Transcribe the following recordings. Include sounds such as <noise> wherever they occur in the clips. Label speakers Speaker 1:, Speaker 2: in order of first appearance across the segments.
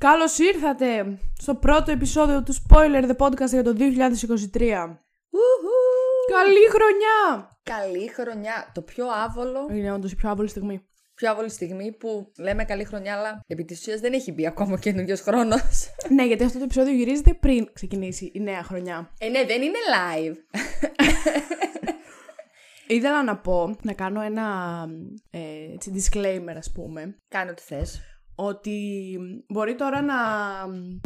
Speaker 1: Καλώς ήρθατε στο πρώτο επεισόδιο του Spoiler The Podcast για το 2023.
Speaker 2: Ουχου!
Speaker 1: Καλή χρονιά!
Speaker 2: Καλή χρονιά. Το πιο άβολο,
Speaker 1: Είναι όντως η πιο άβολη στιγμή.
Speaker 2: πιο άβολη στιγμή που λέμε καλή χρονιά, αλλά επί της ουσίας δεν έχει μπει ακόμα καινούριος χρόνος.
Speaker 1: ναι, γιατί αυτό το επεισόδιο γυρίζεται πριν ξεκινήσει η νέα χρονιά.
Speaker 2: Ε, ναι, δεν είναι live.
Speaker 1: Ήθελα να πω, να κάνω ένα ε, έτσι, disclaimer ας πούμε,
Speaker 2: Κάνω ό,τι θες.
Speaker 1: ότι μπορεί τώρα να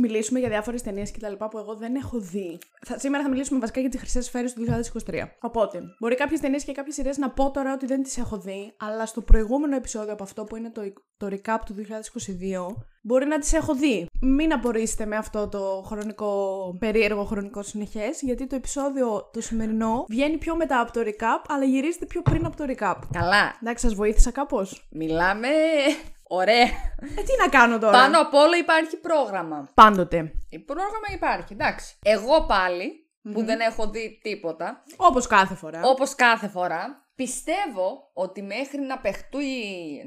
Speaker 1: μιλήσουμε για διάφορες ταινίες και τα λοιπά που εγώ δεν έχω δει. Θα, σήμερα θα μιλήσουμε βασικά για τις χρυσές σφαίρες του 2023. Οπότε, μπορεί κάποιες ταινίες και κάποιες σειρές να πω τώρα ότι δεν τις έχω δει, αλλά στο προηγούμενο επεισόδιο από αυτό που είναι το, το recap του 2022, μπορεί να τις έχω δει. Μην απορρίσετε με αυτό το χρονικό, περίεργο χρονικό συνεχές, γιατί το επεισόδιο το σημερινό βγαίνει πιο μετά από το recap, αλλά γυρίζεται πιο πριν από το recap.
Speaker 2: Καλά.
Speaker 1: Εντάξει, σας βοήθησα κάπως.
Speaker 2: Μιλάμε. Ωραία.
Speaker 1: Ε, τι να κάνω τώρα.
Speaker 2: Πάνω απ' όλα υπάρχει πρόγραμμα.
Speaker 1: Πάντοτε.
Speaker 2: Ε, Πρόγραμμα υπάρχει, εντάξει. Εγώ πάλι, που δεν έχω δει τίποτα,
Speaker 1: Όπως κάθε φορά.
Speaker 2: όπως κάθε φορά, πιστεύω ότι μέχρι να παιχτούει.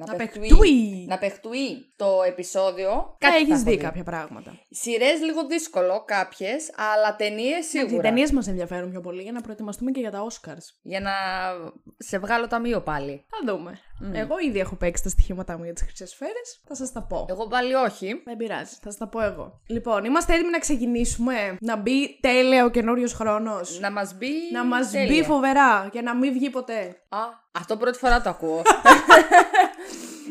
Speaker 2: Να,
Speaker 1: παιχτούει.
Speaker 2: να παιχτούει το επεισόδιο.
Speaker 1: Κάτι
Speaker 2: θα
Speaker 1: έχει
Speaker 2: έχω
Speaker 1: δει κάποια πράγματα.
Speaker 2: Σειρές λίγο δύσκολο κάποιες, αλλά ταινίες
Speaker 1: Οι
Speaker 2: σίγουρα.
Speaker 1: ταινίες μας ενδιαφέρουν πιο πολύ για να προετοιμαστούμε και για τα Oscars.
Speaker 2: Για να σε βγάλω ταμείο πάλι.
Speaker 1: Θα δούμε. Εγώ ήδη έχω παίξει τα στοιχήματά μου για τις χρυσές σφαίρες. Θα σας τα πω.
Speaker 2: Εγώ πάλι όχι.
Speaker 1: Δεν πειράζει, θα σας τα πω εγώ. Λοιπόν, είμαστε έτοιμοι να ξεκινήσουμε. Να μπει τέλεια ο καινούριος χρόνος.
Speaker 2: Να μας μπει.
Speaker 1: Να μας
Speaker 2: τέλεια.
Speaker 1: μπει φοβερά και να μην βγει ποτέ.
Speaker 2: Α, αυτό πρώτη φορά
Speaker 1: <laughs>
Speaker 2: το ακούω.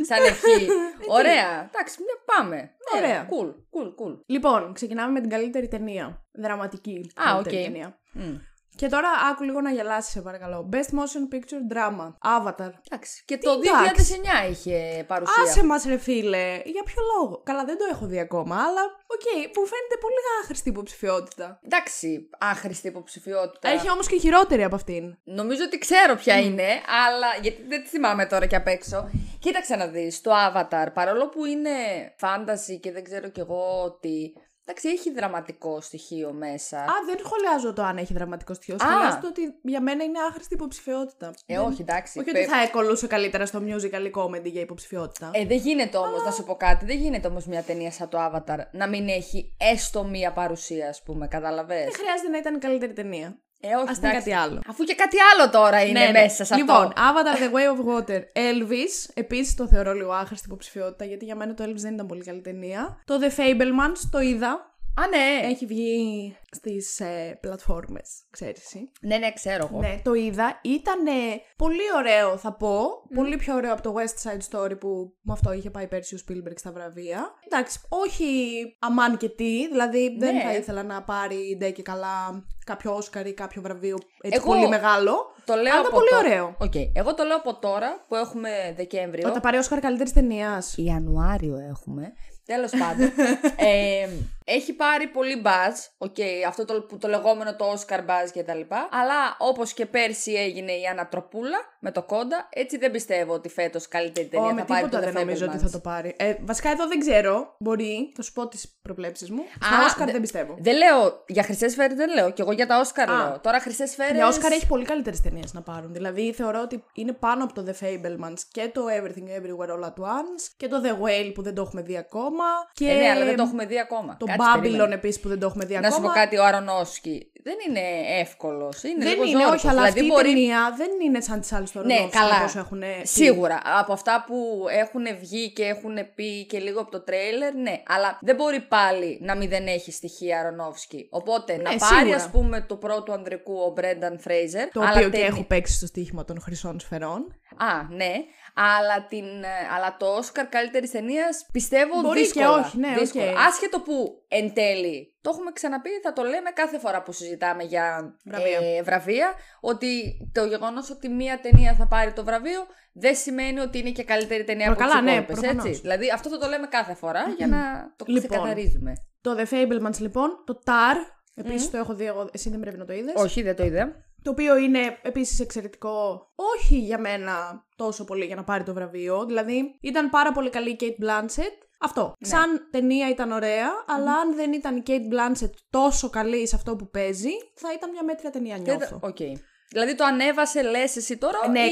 Speaker 2: Σαν ευχή. Ωραία. Εντάξει, μια πάμε. Ναι,
Speaker 1: Ωραία.
Speaker 2: Κουλ, κουλ, κουλ.
Speaker 1: Λοιπόν, ξεκινάμε με την καλύτερη ταινία. Δραματική.
Speaker 2: Α,
Speaker 1: καλύτερη
Speaker 2: οκ.
Speaker 1: ταινία. Και τώρα άκου λίγο να γελάσεις, σε παρακαλώ. Best Motion Picture Drama. Avatar.
Speaker 2: Εντάξει. Και το
Speaker 1: Εντάξει.
Speaker 2: 2009 είχε παρουσία.
Speaker 1: Άσε μας ρε φίλε, για ποιο λόγο. Καλά δεν το έχω δει ακόμα, αλλά οκ, που φαίνεται πολύ άχρηστη υποψηφιότητα.
Speaker 2: Εντάξει, άχρηστη υποψηφιότητα.
Speaker 1: Έχει όμως και χειρότερη από αυτήν.
Speaker 2: Νομίζω ότι ξέρω
Speaker 1: Mm.
Speaker 2: ποια είναι, αλλά γιατί δεν τη θυμάμαι τώρα και απ' έξω. Κοίταξε να δεις, το Avatar, παρόλο που είναι φάνταση και δεν ξέρω κι εγώ ότι... Εντάξει, έχει δραματικό στοιχείο μέσα.
Speaker 1: Α, δεν σχολιάζω το αν έχει δραματικό στοιχείο.
Speaker 2: Α.
Speaker 1: Σχολιάζω το ότι για μένα είναι άχρηστη υποψηφιότητα.
Speaker 2: ε, όχι, εντάξει.
Speaker 1: Όχι
Speaker 2: πε-
Speaker 1: ότι θα εκολούσε καλύτερα στο musical ή comedy για υποψηφιότητα.
Speaker 2: Ε, δεν γίνεται όμως, να σου πω κάτι, δεν γίνεται όμως μια ταινία σαν το Avatar να μην έχει έστω μία παρουσία, ας πούμε,
Speaker 1: Δεν
Speaker 2: καταλαβες.
Speaker 1: χρειάζεται να ήταν η καλύτερη ταινία.
Speaker 2: Ε, όχι,
Speaker 1: Ας ήταν
Speaker 2: εντάξει.
Speaker 1: κάτι άλλο.
Speaker 2: Αφού και κάτι άλλο τώρα είναι
Speaker 1: Ναι, ναι.
Speaker 2: μέσα σε αυτό.
Speaker 1: Λοιπόν, Avatar The Way of Water. Elvis. Επίσης το θεωρώ λίγο άχρηστη υποψηφιότητα γιατί για μένα το Elvis δεν ήταν πολύ καλή ταινία. Το The Fablemans το είδα.
Speaker 2: Α, ναι.
Speaker 1: Έχει βγει στις ε, πλατφόρμες, ξέρεις εσύ.
Speaker 2: Ναι, ναι, ξέρω εγώ.
Speaker 1: Ναι, το είδα. Ήταν πολύ ωραίο, θα πω. Πολύ πιο ωραίο από το West Side Story που με αυτό είχε πάει πέρσι ο Spielberg στα βραβεία. Εντάξει, όχι αμάν και τι. Δηλαδή δεν
Speaker 2: Ναι.
Speaker 1: θα ήθελα να πάρει ντε και καλά κάποιο Όσκαρ ή κάποιο βραβείο έτσι
Speaker 2: Εγώ
Speaker 1: πολύ μεγάλο.
Speaker 2: Το λέω
Speaker 1: Αλλά
Speaker 2: από
Speaker 1: πολύ
Speaker 2: τώρα.
Speaker 1: ωραίο.
Speaker 2: Οκ. Εγώ το λέω από τώρα που έχουμε Δεκέμβριο.
Speaker 1: Θα πάρει Όσκαρ καλύτερης ταινίας.
Speaker 2: Ιανουάριο έχουμε. Τέλος
Speaker 1: <laughs>
Speaker 2: πάντων. ε, έχει πάρει πολύ buzz. Οκ, αυτό το, που το λεγόμενο το Oscar buzz και τα λοιπά. Αλλά όπως και πέρσι έγινε η ανατροπούλα με το κόντα, έτσι δεν πιστεύω ότι φέτος καλύτερη ταινία
Speaker 1: Ω, με
Speaker 2: θα πάρει το
Speaker 1: τίποτα δεν
Speaker 2: The
Speaker 1: νομίζω
Speaker 2: Fablemans.
Speaker 1: ότι θα το πάρει. Ε, βασικά εδώ δεν ξέρω. Μπορεί, θα σου πω τις προβλέψεις μου. Στα
Speaker 2: Α,
Speaker 1: Όσκαρ
Speaker 2: δε-
Speaker 1: δεν πιστεύω.
Speaker 2: Δεν λέω για χρυσές σφαίρε, δεν λέω. Και εγώ για τα Όσκαρ
Speaker 1: Α.
Speaker 2: λέω. Τώρα χρυσές σφαίρε.
Speaker 1: Για Όσκαρ έχει πολύ καλύτερες ταινίες να πάρουν. Δηλαδή θεωρώ ότι είναι πάνω από το The Fablemans και το Everything Everywhere All at Once και το The Whale που δεν το έχουμε δει ακόμα. Και
Speaker 2: Ε, ναι, αλλά δεν το έχουμε δει ακόμα.
Speaker 1: το
Speaker 2: Κάτσε,
Speaker 1: Babylon
Speaker 2: περίμενε.
Speaker 1: επίσης που δεν το έχουμε δει
Speaker 2: Να
Speaker 1: ακόμα.
Speaker 2: σου πω κάτι, ο Αρονόσκι δεν είναι εύκολος. Είναι
Speaker 1: δεν
Speaker 2: λίγο
Speaker 1: είναι,
Speaker 2: ζώρικος.
Speaker 1: όχι, αλλά
Speaker 2: δηλαδή,
Speaker 1: αυτή
Speaker 2: μπορεί...
Speaker 1: η ταινία δεν είναι σαν τις άλλες τώρα.
Speaker 2: Ναι, καλά.
Speaker 1: Όσο έχουν ε,
Speaker 2: Σίγουρα. Από αυτά που έχουν βγει και έχουν πει και λίγο από το τρέιλερ, ναι. Αλλά δεν μπορεί πάλι να μην δεν έχει στοιχεία Αρονόφσκι. Οπότε να πάρει,
Speaker 1: Ναι, σίγουρα.
Speaker 2: ας πούμε, του πρώτου ανδρικού ο Μπρένταν Φρέιζερ.
Speaker 1: Το
Speaker 2: αλλά
Speaker 1: οποίο και
Speaker 2: ταινι-
Speaker 1: έχω παίξει στο στοίχημα των χρυσών σφαιρών.
Speaker 2: Α, ναι. Αλλά, την, ε, αλλά το Όσκαρ καλύτερης ταινίας πιστεύω
Speaker 1: Μπορεί και
Speaker 2: δύσκολα.
Speaker 1: όχι, ναι,
Speaker 2: δύσκολα.
Speaker 1: οκ.
Speaker 2: Άσχετο που εν τέλει το έχουμε ξαναπεί, θα το λέμε κάθε φορά που συζητάμε για
Speaker 1: Βραβεία.
Speaker 2: ε, βραβεία, ότι το γεγονός ότι μία ταινία θα πάρει το βραβείο δεν σημαίνει ότι είναι και καλύτερη ταινία
Speaker 1: Μα
Speaker 2: από τις
Speaker 1: καλά, ναι,
Speaker 2: υπόλοιπες,
Speaker 1: προφανώς.
Speaker 2: έτσι. Δηλαδή αυτό θα το λέμε κάθε φορά για να το
Speaker 1: Λοιπόν.
Speaker 2: ξεκαθαρίζουμε.
Speaker 1: Το The Fablemans λοιπόν, το Tar, επίσης το έχω δει εγώ, εσύ δεν πρέπει να το είδες.
Speaker 2: Όχι, δεν το είδα.
Speaker 1: Το οποίο είναι επίσης εξαιρετικό, όχι για μένα τόσο πολύ για να πάρει το βραβείο. Δηλαδή, ήταν πάρα πολύ καλή η Kate Blanchett. Αυτό.
Speaker 2: Ναι.
Speaker 1: Σαν ταινία ήταν ωραία, αλλά αν δεν ήταν η Kate Blanchett τόσο καλή σε αυτό που παίζει, θα ήταν μια μέτρια ταινία, νιώθω.
Speaker 2: Οκ. Δηλαδή το ανέβασε, λες εσύ τώρα.
Speaker 1: Ναι,
Speaker 2: η-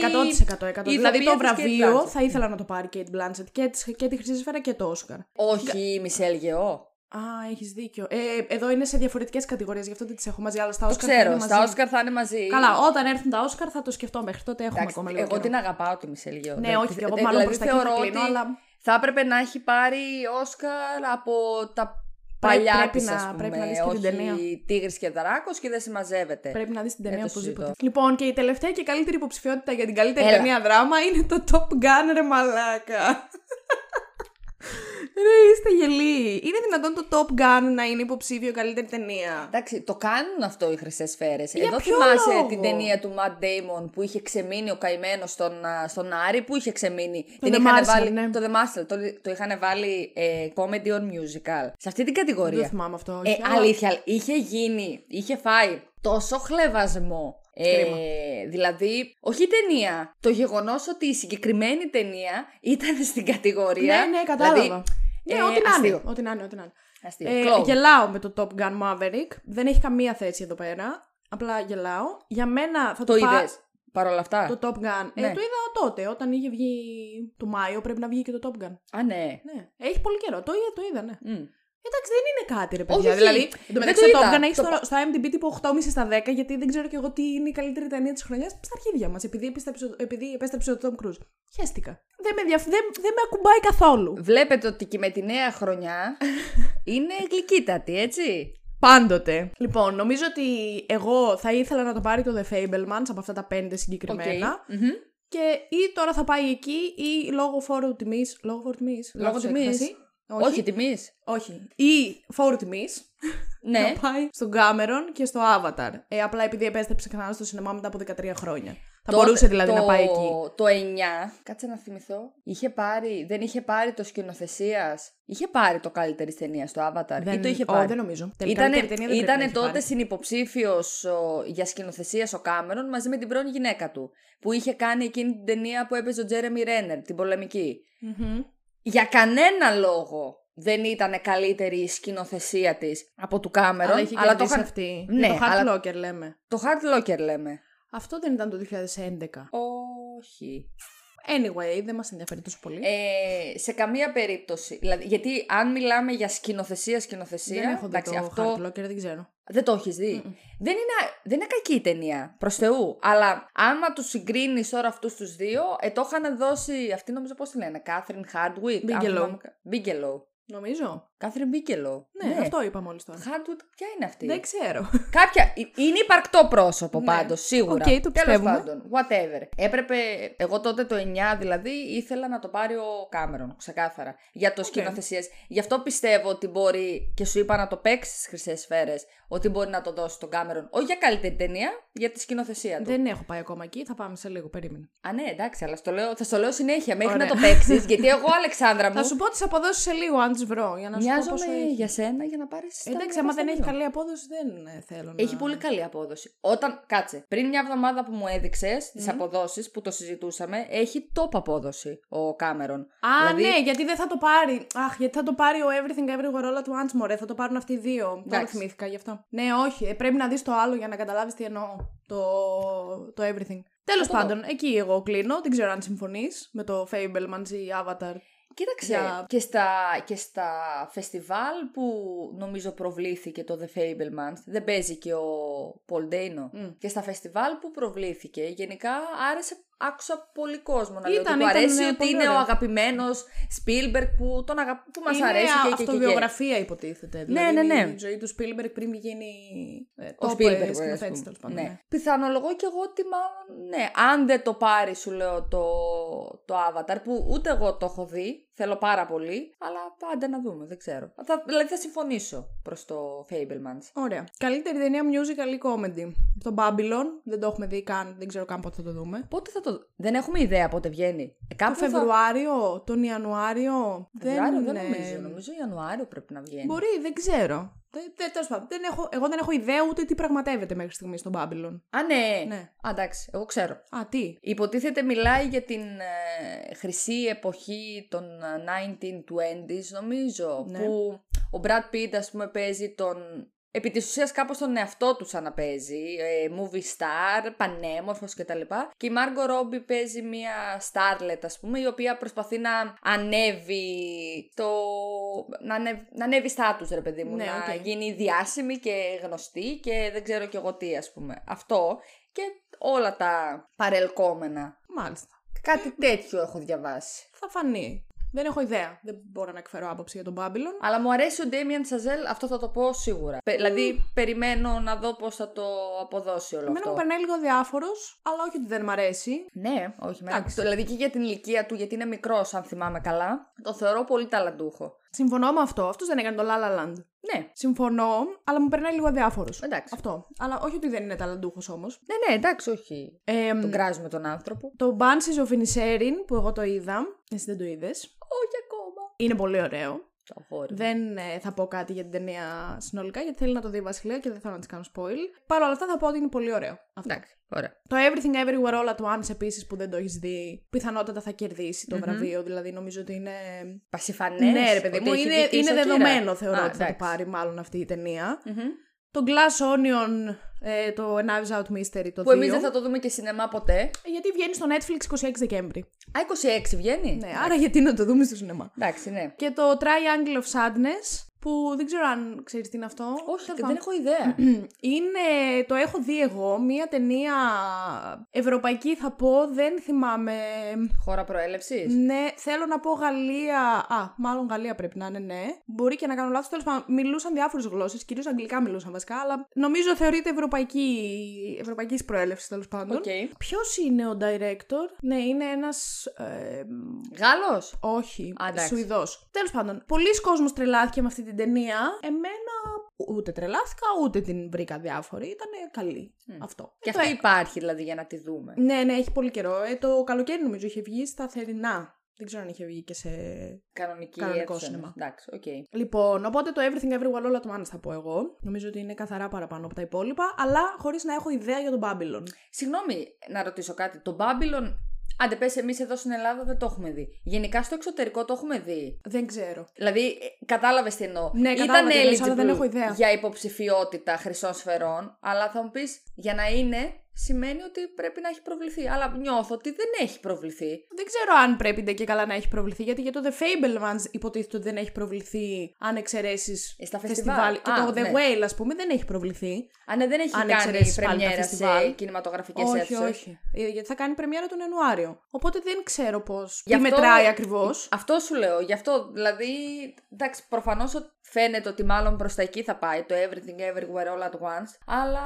Speaker 1: 100%. 100%.
Speaker 2: η
Speaker 1: δηλαδή το
Speaker 2: ηθοποιία της Kate
Speaker 1: βραβείο
Speaker 2: Blanchett.
Speaker 1: θα ήθελα να το πάρει η Kate Blanchett και, της- και τη Χρυσή Σφαίρα και το Όσκαρ.
Speaker 2: Όχι, η Μισελ Γεώ.
Speaker 1: Α, έχεις δίκιο. Ε, εδώ είναι σε διαφορετικές κατηγορίες, γι' αυτό δεν τις έχω μαζί, αλλά στα
Speaker 2: Το
Speaker 1: Όσκαρ.
Speaker 2: ξέρω.
Speaker 1: είναι
Speaker 2: Στα
Speaker 1: μαζί.
Speaker 2: Όσκαρ θα είναι μαζί.
Speaker 1: Καλά, όταν έρθουν τα Όσκαρ θα το σκεφτώ μέχρι τότε. Έχουμε
Speaker 2: Εντάξει,
Speaker 1: ακόμα λίγο.
Speaker 2: εγώ
Speaker 1: καιρό.
Speaker 2: την αγαπάω τη Μισελ Γεώ.
Speaker 1: Ναι,
Speaker 2: Δεν-
Speaker 1: όχι, και εγώ
Speaker 2: δε-
Speaker 1: μάλλον
Speaker 2: δηλαδή
Speaker 1: προς τα εκεί θα
Speaker 2: θεωρώ
Speaker 1: κλείνω,
Speaker 2: ότι
Speaker 1: αλλά-
Speaker 2: Θα έπρεπε να έχει πάρει Όσκαρ από τα παλιά
Speaker 1: πρέπει
Speaker 2: της,
Speaker 1: να-
Speaker 2: ας πούμε,
Speaker 1: πρέπει να δεις και την
Speaker 2: όχι
Speaker 1: ταινία.
Speaker 2: Τίγρης και Δράκος και δεν συμμαζεύεται.
Speaker 1: Πρέπει να δεις την ταινία
Speaker 2: το
Speaker 1: οπωσδήποτε.
Speaker 2: συζητώ.
Speaker 1: Λοιπόν, και η τελευταία και καλύτερη υποψηφιότητα για την καλύτερη
Speaker 2: Έλα.
Speaker 1: ταινία δράμα είναι το Top Gun, ρε μαλάκα. ρε, είστε γελοί. Είναι δυνατόν το Top Gun να είναι υποψήφιο καλύτερη ταινία.
Speaker 2: Εντάξει, το κάνουν αυτό οι χρυσές σφαίρες.
Speaker 1: Για
Speaker 2: Εδώ
Speaker 1: ποιο
Speaker 2: θυμάσαι
Speaker 1: λόγο?
Speaker 2: την ταινία του Matt Damon που είχε ξεμείνει ο καημένος στον, α, στον Άρη, που είχε ξεμείνει.
Speaker 1: Το The
Speaker 2: είχαν
Speaker 1: Martian,
Speaker 2: βάλει,
Speaker 1: ναι.
Speaker 2: Το The Martian, το, το είχαν βάλει ε, comedy or musical. Σε αυτή
Speaker 1: Δεν
Speaker 2: την
Speaker 1: το
Speaker 2: κατηγορία.
Speaker 1: θυμάμαι αυτό.
Speaker 2: Ε,
Speaker 1: όχι, αλλά-
Speaker 2: αλήθεια, είχε γίνει, είχε φάει τόσο χλεβασμό. Ε,
Speaker 1: Κρίμα.
Speaker 2: δηλαδή, όχι η ταινία. Το γεγονός ότι η συγκεκριμένη ταινία ήταν <laughs> στην κατηγορία.
Speaker 1: Ναι, ναι, κατάλαβα.
Speaker 2: Δηλαδή,
Speaker 1: ναι,
Speaker 2: ε,
Speaker 1: ό,τι να είναι.
Speaker 2: αστείο.
Speaker 1: Ό,τι να είναι, ό,τι να είναι.
Speaker 2: Αστείο.
Speaker 1: Ε,
Speaker 2: Κλόουν.
Speaker 1: γελάω με το Top Gun Maverick. Δεν έχει καμία θέση εδώ πέρα. Απλά γελάω. Για μένα θα το,
Speaker 2: Το
Speaker 1: πα-
Speaker 2: είδες παρόλα αυτά.
Speaker 1: Το Top Gun. Ε,
Speaker 2: Ναι.
Speaker 1: το είδα τότε, όταν είχε βγει το Μάιο, πρέπει να βγει και το Top Gun.
Speaker 2: Α, ναι.
Speaker 1: Ναι. Έχει πολύ καιρό. Το είδα, το είδα, ναι.
Speaker 2: Μμ.
Speaker 1: Εντάξει, δεν είναι κάτι, ρε
Speaker 2: Όχι,
Speaker 1: παιδιά.
Speaker 2: όχι.
Speaker 1: δηλαδή,
Speaker 2: Δεν
Speaker 1: εν τω
Speaker 2: το
Speaker 1: μεταξύ το
Speaker 2: είδα.
Speaker 1: Top Gun έχει
Speaker 2: Το
Speaker 1: στο, στο IMDb τύπου 8,5 στα 10, γιατί δεν ξέρω κι εγώ τι είναι η καλύτερη ταινία της χρονιάς. Στα αρχίδια μας, επειδή, επίστεψε- επειδή επέστρεψε ο Tom Cruise. Χαίστηκα. Δεν με, διαφ... δεν, δεν με ακουμπάει καθόλου.
Speaker 2: Βλέπετε ότι και με τη νέα
Speaker 1: <laughs>
Speaker 2: χρονιά είναι γλυκύτατη, έτσι.
Speaker 1: Πάντοτε. Λοιπόν, νομίζω ότι εγώ θα ήθελα να το πάρει το The Fablemans από αυτά τα πέντε συγκεκριμένα.
Speaker 2: Οκ. Μμμ.
Speaker 1: Και ή τώρα θα πάει εκεί ή λόγω φόρου τιμής. Λόγω φόρου τιμής.
Speaker 2: Λόγω τιμή. Όχι,
Speaker 1: Όχι.
Speaker 2: τιμής.
Speaker 1: Όχι. Ή φόρου τιμής.
Speaker 2: Ναι.
Speaker 1: Θα πάει στον Κάμερον και στο Avatar. Ε, απλά επειδή επέστρεψε ξανά στο σινεμά μετά από 13 χρόνια. Θα
Speaker 2: Το-
Speaker 1: μπορούσε δηλαδή
Speaker 2: το-
Speaker 1: να πάει εκεί.
Speaker 2: Το 9. Κάτσε να θυμηθώ. Είχε πάρει, δεν είχε πάρει το σκηνοθεσίας. Είχε πάρει το καλύτερη ταινία στο Avatar. ή το είχε
Speaker 1: Ω,
Speaker 2: πάρει.
Speaker 1: δεν νομίζω. Τελικά
Speaker 2: Ήτανε,
Speaker 1: καλύτερη ταινία δεν πρέπει να
Speaker 2: ήτανε
Speaker 1: έχει
Speaker 2: τότε
Speaker 1: πάρει.
Speaker 2: συνυποψήφιος για σκηνοθεσίας ο Κάμερον μαζί με την πρώην γυναίκα του. Που είχε κάνει εκείνη την ταινία που έπαιζε ο Τζέρεμι Ρένερ, την πολεμική.
Speaker 1: Μμμ.
Speaker 2: για κανένα λόγο δεν ήταν καλύτερη η σκηνοθεσία της από του Κάμερον.
Speaker 1: Αλλά έχει
Speaker 2: το,
Speaker 1: κερδίσει
Speaker 2: είχαν-
Speaker 1: αυτή.
Speaker 2: Ναι,
Speaker 1: το Hard
Speaker 2: αλλά-
Speaker 1: Locker λέμε.
Speaker 2: το Hard Locker λέμε.
Speaker 1: Αυτό δεν ήταν το 2011.
Speaker 2: Όχι.
Speaker 1: Anyway, δεν μας ενδιαφέρει τόσο πολύ.
Speaker 2: Ε, σε καμία περίπτωση. Δηλαδή, γιατί αν μιλάμε για σκηνοθεσία, σκηνοθεσία.
Speaker 1: δεν έχω δει
Speaker 2: Ε, εντάξει,
Speaker 1: το
Speaker 2: αυτό
Speaker 1: Hard Locker, δεν ξέρω.
Speaker 2: δεν το έχεις δει. Δεν, είναι, δεν είναι κακή η ταινία. Προς Θεού. Αλλά άμα τους συγκρίνεις τώρα αυτούς τους δύο, ε, το είχαν δώσει. Αυτή νομίζω πώς τη λένε. Κάθριν Χάρντουικ.
Speaker 1: Bigelow.
Speaker 2: Μπίγκελο.
Speaker 1: Νομίζω.
Speaker 2: Κάθριν Μπίγκελο.
Speaker 1: Ναι, αυτό είπα μόλις τώρα.
Speaker 2: Χάρντουικ, ποια είναι αυτή.
Speaker 1: Δεν
Speaker 2: <laughs>
Speaker 1: ξέρω.
Speaker 2: Κάποια. Είναι υπαρκτό πρόσωπο
Speaker 1: Ναι.
Speaker 2: πάντως, σίγουρα.
Speaker 1: Οκ, το
Speaker 2: Τέλος
Speaker 1: πιστεύουμε.
Speaker 2: πάντων, whatever. Έπρεπε, εγώ τότε το 9 δηλαδή, ήθελα να το πάρει ο Κάμερον, ξεκάθαρα. Για το okay. Γι' αυτό πιστεύω ότι μπορεί, και σου είπα να το παίξεις στι χρυσές σφαίρες, ότι μπορεί να το δώσει τον Κάμερον. Όχι για καλύτερη ταινία, για τη σκηνοθεσία του.
Speaker 1: δεν έχω πάει ακόμα εκεί, θα πάμε σε λίγο, περίμενα.
Speaker 2: Α, ναι, εντάξει, αλλά στο λέω, θα στο λέω συνέχεια μέχρι
Speaker 1: Ωραία.
Speaker 2: να το παίξεις. γιατί εγώ, Αλεξάνδρα μου,
Speaker 1: <laughs> Θα σου πω τις αποδόσεις σε λίγο, αν τις βρω, για να σου πω πόσο
Speaker 2: μοιάζομαι
Speaker 1: έχει.
Speaker 2: για σένα για να πάρεις.
Speaker 1: Εντάξει, άμα δεν έχει καλή απόδοση, δεν ε, θέλω να.
Speaker 2: Έχει πολύ καλή απόδοση. Όταν, κάτσε, πριν μια εβδομάδα που μου έδειξες τις τι αποδόσεις που το συζητούσαμε, έχει top απόδοση ο Κάμερον.
Speaker 1: Α, ναι, γιατί δεν θα το πάρει. Αχ, γιατί θα το πάρει ο Everything Everywhere All at Once, μωρέ. Θα το πάρουν αυτοί οι δύο. Τώρα
Speaker 2: Εντάξει.
Speaker 1: θυμήθηκα γι' αυτό. Ναι, όχι. ε, Πρέπει να δεις το άλλο για να καταλάβεις τι εννοώ. Το, το Everything. Τέλος
Speaker 2: το δω.
Speaker 1: πάντων, εκεί εγώ κλείνω. Δεν ξέρω αν συμφωνείς με το Fableman's ή Avatar.
Speaker 2: Κοίταξε,
Speaker 1: Για-
Speaker 2: και, στα, και στα φεστιβάλ που νομίζω προβλήθηκε το The Fablemans, δεν παίζει και ο Πολ Ντέινο,
Speaker 1: Μμ.
Speaker 2: και στα φεστιβάλ που προβλήθηκε, γενικά άρεσε, άκουσα πολύ κόσμο να λέει ότι
Speaker 1: Ήταν-
Speaker 2: του
Speaker 1: ήταν,
Speaker 2: αρέσει
Speaker 1: ε,
Speaker 2: ότι
Speaker 1: πολύ
Speaker 2: είναι ο
Speaker 1: ωραίο.
Speaker 2: αγαπημένος Spielberg που, τον αγα... που μας
Speaker 1: Είναι
Speaker 2: αρέσει και, και, και, και.
Speaker 1: αυτοβιογραφία υποτίθεται. δηλαδή
Speaker 2: ναι,
Speaker 1: είναι
Speaker 2: ναι.
Speaker 1: Η ζωή του Spielberg πριν γίνει. Ε,
Speaker 2: Ο
Speaker 1: top, ε,
Speaker 2: Spielberg, ας
Speaker 1: σκηνοθέτης,
Speaker 2: πούμε.
Speaker 1: τέλος πάντων,
Speaker 2: Ναι.
Speaker 1: ναι.
Speaker 2: Πιθανολογώ και εγώ ότι μάλλον, ναι, αν δεν το πάρει, σου λέω το, το Avatar, που ούτε εγώ το έχω δει, θέλω πάρα πολύ, αλλά πάντα να δούμε, δεν ξέρω. Θα, δηλαδή θα συμφωνήσω προς το Fablemans.
Speaker 1: Ωραία. Καλύτερη ταινία musical ή comedy. Το Babylon. Δεν το έχουμε δει καν. Δεν ξέρω καν πότε θα το δούμε.
Speaker 2: Πότε θα το... Δεν έχουμε ιδέα πότε βγαίνει. Ε,
Speaker 1: Το
Speaker 2: Κάπου θα-
Speaker 1: Φεβρουάριο, τον Ιανουάριο.
Speaker 2: Φεβρουάριο δεν,
Speaker 1: ε,
Speaker 2: νομίζω. Νομίζω Ιανουάριο πρέπει να βγαίνει.
Speaker 1: Μπορεί, δεν ξέρω. Δεν, δεν, τέλος πάντων, δεν έχω, εγώ δεν έχω ιδέα ούτε τι πραγματεύεται μέχρι στιγμής στο Babylon.
Speaker 2: Α, ναι.
Speaker 1: Ναι.
Speaker 2: Α, εντάξει, εγώ ξέρω.
Speaker 1: Α, τι.
Speaker 2: Υποτίθεται μιλάει για την ε, χρυσή εποχή των ε, 1920s νομίζω
Speaker 1: Ναι.
Speaker 2: που ο Brad Pitt ας πούμε παίζει τον επί της ουσίας κάπως τον εαυτό του αναπέζει. Ε, movie star, πανέμορφος κτλ. Και η Μάργκο Ρόμπι παίζει μια starlet, ας πούμε, η οποία προσπαθεί να ανέβει το. να, ανέβει, να ανέβει στάτους, ρε παιδί μου.
Speaker 1: Ναι,
Speaker 2: να
Speaker 1: οκ.
Speaker 2: γίνει διάσημη και γνωστή και δεν ξέρω κι εγώ τι, ας πούμε. Αυτό και όλα τα παρελκόμενα.
Speaker 1: Μάλιστα.
Speaker 2: Κάτι τέτοιο έχω διαβάσει.
Speaker 1: Θα φανεί. Δεν έχω ιδέα. Δεν μπορώ να εκφέρω άποψη για τον Babylon.
Speaker 2: Αλλά μου αρέσει ο Ντέμιαν Σαζέλ, αυτό θα το πω σίγουρα. Πε- Δηλαδή, περιμένω να δω πώς θα το αποδώσει όλο
Speaker 1: Εμένα
Speaker 2: αυτό.
Speaker 1: μου περνάει λίγο διάφορος, αλλά όχι ότι δεν μ' αρέσει.
Speaker 2: Ναι, όχι με
Speaker 1: Εντάξει.
Speaker 2: το- Δηλαδή και για την ηλικία του, γιατί είναι μικρός, αν θυμάμαι καλά. Το θεωρώ πολύ ταλαντούχο.
Speaker 1: Συμφωνώ με αυτό. Αυτός δεν έκανε το La La Land.
Speaker 2: Ναι,
Speaker 1: Συμφωνώ, αλλά μου περνάει λίγο αδιάφορος.
Speaker 2: εντάξει.
Speaker 1: Αυτό. Αλλά όχι ότι δεν είναι ταλαντούχος όμως.
Speaker 2: Ναι, ναι, εντάξει, όχι.
Speaker 1: Ε,
Speaker 2: Τον κράζουμε τον άνθρωπο.
Speaker 1: το Banshees of Inisherin που εγώ το είδα. Εσύ δεν το είδες.
Speaker 2: Όχι ακόμα.
Speaker 1: Είναι πολύ ωραίο.
Speaker 2: Το αγόρι. μου.
Speaker 1: Δεν ε, θα πω κάτι για την ταινία συνολικά γιατί θέλει να το δει η Βασιλεία και δεν θέλω να της κάνω spoil. Παρ' όλα αυτά θα πω ότι είναι πολύ ωραίο. Αυτό.
Speaker 2: Εντάξει, ωραία.
Speaker 1: Το Everything Everywhere All at Once επίσης που δεν το έχεις δει, πιθανότατα θα κερδίσει το βραβείο. Δηλαδή νομίζω ότι είναι.
Speaker 2: Πασιφανές.
Speaker 1: ναι, ρε παιδί μου, είναι, είναι δεδομένο θεωρώ ότι θα το πάρει μάλλον αυτή η ταινία. Το Glass Onion, ε, το Knives Out Mystery, το
Speaker 2: Που εμείς
Speaker 1: 2,
Speaker 2: δεν θα το δούμε και σινεμά ποτέ.
Speaker 1: Γιατί βγαίνει στο Netflix 26 Δεκέμβρη.
Speaker 2: Α, 26 βγαίνει.
Speaker 1: Ναι, άρα γιατί να το δούμε στο σινεμά.
Speaker 2: Εντάξει, ναι.
Speaker 1: Και το Triangle of Sadness, που δεν ξέρω αν ξέρεις τι είναι αυτό.
Speaker 2: Όχι,
Speaker 1: Τέλος
Speaker 2: Ε, δεν
Speaker 1: πάντων.
Speaker 2: έχω ιδέα.
Speaker 1: <clears throat> Είναι, το έχω δει εγώ, μία ταινία ευρωπαϊκή θα πω, δεν θυμάμαι.
Speaker 2: Χώρα προέλευσης.
Speaker 1: Ναι, θέλω να πω Γαλλία. Α, μάλλον Γαλλία πρέπει να είναι, ναι. Μπορεί και να κάνω λάθος. Τέλος πάντων, μιλούσαν διάφορες γλώσσες, κυρίως αγγλικά μιλούσαν βασικά, αλλά νομίζω θεωρείται ευρωπαϊκή, ευρωπαϊκής προέλευσης τέλος πάντων.
Speaker 2: Οκ.
Speaker 1: Ποιος είναι ο director, Ναι, είναι ένας. Ε,
Speaker 2: Γάλλος.
Speaker 1: όχι,
Speaker 2: Α, εντάξει.
Speaker 1: Σουηδός. Τέλος πάντων, πολλοί κόσμος τρελάθηκε με αυτή την ταινία. Εμένα ούτε τρελάθηκα, ούτε την βρήκα διάφορη. Ήταν καλή. Αυτό.
Speaker 2: Και
Speaker 1: Ε, το
Speaker 2: αυτή υπάρχει δηλαδή για να τη δούμε.
Speaker 1: έ- Ναι, ναι, έχει πολύ καιρό. Ε, το καλοκαίρι νομίζω είχε βγει στα θερινά. Δεν ξέρω αν είχε βγει και σε.
Speaker 2: Κανονική
Speaker 1: Κανονικό
Speaker 2: αίθουσα,
Speaker 1: σινεμά.
Speaker 2: Εντάξει, οκ.
Speaker 1: Λοιπόν, οπότε το Everything Everywhere All at Once θα πω εγώ. Νομίζω ότι είναι καθαρά παραπάνω από τα υπόλοιπα, αλλά χωρίς να έχω ιδέα για τον Babylon.
Speaker 2: Συγγνώμη να ρωτήσω κάτι. Το Babylon, άντε πες εμείς εδώ στην Ελλάδα δεν το έχουμε δει. Γενικά στο εξωτερικό το έχουμε δει.
Speaker 1: Δεν ξέρω.
Speaker 2: Δηλαδή, κατάλαβες τι εννοώ.
Speaker 1: Ναι, κατάλαβα τι εννοείς, αλλά δεν
Speaker 2: eligible
Speaker 1: έχω ιδέα.
Speaker 2: για υποψηφιότητα χρυσών σφαιρών, αλλά θα μου πεις για να είναι σημαίνει ότι πρέπει να έχει προβληθεί. Αλλά νιώθω ότι δεν έχει προβληθεί.
Speaker 1: Δεν ξέρω αν πρέπει ντε και καλά να έχει προβληθεί, γιατί για το The Fablemans υποτίθεται ότι δεν έχει προβληθεί, αν εξαιρέσεις
Speaker 2: Ε, Στα φεστιβάλ.
Speaker 1: Και
Speaker 2: Α,
Speaker 1: το The
Speaker 2: ναι.
Speaker 1: Whale, ας πούμε, δεν έχει προβληθεί.
Speaker 2: Αν ναι, δεν έχει
Speaker 1: Αν
Speaker 2: κάνει
Speaker 1: εξαιρέσεις πάλι τα
Speaker 2: πρεμιέρα σε
Speaker 1: φεστιβάλ.
Speaker 2: κινηματογραφικές
Speaker 1: όχι,
Speaker 2: αίθουσες.
Speaker 1: όχι. Ε, Γιατί θα κάνει πρεμιέρα τον Ιανουάριο. Οπότε δεν ξέρω πώς. Τι
Speaker 2: Γι' αυτό- ε,
Speaker 1: μετράει ακριβώς.
Speaker 2: Αυτό σου λέω. Γι' αυτό, δηλαδή. Εντάξει, προφανώς φαίνεται ότι μάλλον προς τα εκεί θα πάει το Everything Everywhere All at Once. Αλλά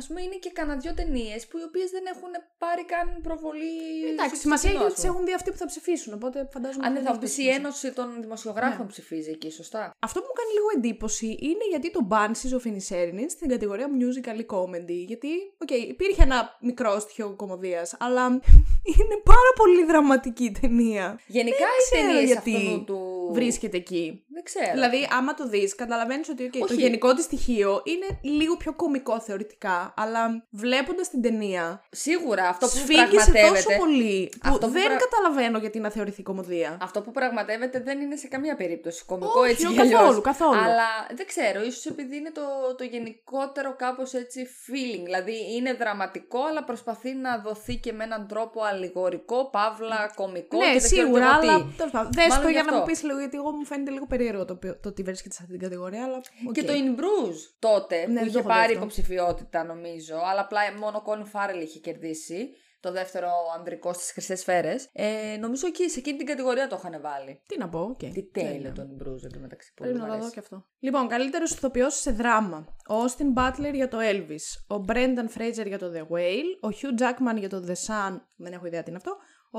Speaker 2: α πούμε είναι και κανένα δυο ταινίες που οι οποίες δεν έχουν πάρει καν προβολή.
Speaker 1: Εντάξει,
Speaker 2: στο
Speaker 1: σημασία έχει
Speaker 2: κοινό,
Speaker 1: ότι
Speaker 2: ας
Speaker 1: τι
Speaker 2: πούμε.
Speaker 1: έχουν δει αυτοί που θα ψηφίσουν. Οπότε φαντάζομαι.
Speaker 2: ε, Αν
Speaker 1: ότι
Speaker 2: δεν
Speaker 1: δεν
Speaker 2: θα μου
Speaker 1: έχει
Speaker 2: πει η
Speaker 1: σημασία.
Speaker 2: Ένωση των Δημοσιογράφων
Speaker 1: Ναι.
Speaker 2: ψηφίζει εκεί, σωστά.
Speaker 1: Αυτό που μου κάνει λίγο εντύπωση είναι γιατί το Banshees of Inisherin στην κατηγορία musical ή comedy. Γιατί, οκ, υπήρχε ένα μικρό στοιχείο κομμωδίας, αλλά <laughs> είναι πάρα πολύ δραματική η ταινία.
Speaker 2: Γενικά οι
Speaker 1: ξέρω
Speaker 2: ταινίες
Speaker 1: γιατί
Speaker 2: αυτού του.
Speaker 1: βρίσκεται εκεί.
Speaker 2: Δεν ξέρω.
Speaker 1: Δηλαδή, άμα το δεις, καταλαβαίνεις ότι οκ, το
Speaker 2: Όχι.
Speaker 1: γενικό της στοιχείο είναι λίγο πιο κωμικό θεωρητικά, αλλά βλέποντας την ταινία.
Speaker 2: Σίγουρα αυτό που
Speaker 1: Σφίγγισε τόσο
Speaker 2: πραγματεύεται.
Speaker 1: πολύ που,
Speaker 2: Αυτό που
Speaker 1: δεν
Speaker 2: πρα-
Speaker 1: καταλαβαίνω γιατί να θεωρηθεί κομμωδία.
Speaker 2: Αυτό που πραγματεύεται δεν είναι σε καμία περίπτωση κωμικό
Speaker 1: Όχι,
Speaker 2: έτσι
Speaker 1: όχι,
Speaker 2: κι αλλιώς.
Speaker 1: καθόλου, καθόλου.
Speaker 2: Αλλά δεν ξέρω, ίσως επειδή είναι το, το γενικότερο κάπως έτσι feeling. Δηλαδή είναι δραματικό, αλλά προσπαθεί να δοθεί και με έναν τρόπο αλληγορικό, παύλα, κωμικό και
Speaker 1: ναι,
Speaker 2: δεν ξέρω
Speaker 1: σίγουρα,
Speaker 2: τι.
Speaker 1: αλλά τέλος πάντων. Δες
Speaker 2: Μάλλον
Speaker 1: το
Speaker 2: γι'
Speaker 1: για να μου
Speaker 2: αυτό.
Speaker 1: πεις λίγο, γιατί εγώ μου φαίνεται λίγο περίεργο το, οποίο- το ότι βρίσκεται σε αυτή την κατηγορία, αλλά. οκ. Ναι,
Speaker 2: Και το In Bruges τότε
Speaker 1: δεν
Speaker 2: που
Speaker 1: το
Speaker 2: είχε
Speaker 1: έχω δει
Speaker 2: πάρει
Speaker 1: αυτό.
Speaker 2: υποψηφιότητα νομίζω, αλλά απλά μόνο ο Colin Farrell είχε κερδίσει το δεύτερο ανδρικό στις χρυσές σφαίρες. Ε, νομίζω εκεί, σε εκείνη την κατηγορία το είχαν βάλει.
Speaker 1: Τι να πω, οκ.
Speaker 2: Τι τέλειο
Speaker 1: Ναι,
Speaker 2: το In Bruges, εντωμεταξύ. πολύ
Speaker 1: Πρέπει
Speaker 2: μου
Speaker 1: να το
Speaker 2: αρέσει.
Speaker 1: δω και αυτό. Λοιπόν, καλύτερος ηθοποιός σε δράμα. Ο Austin Butler για το Elvis. Ο Brendan Fraser για το The Whale. Ο Hugh Jackman για το The Sun. Δεν έχω ιδέα τι είναι αυτό.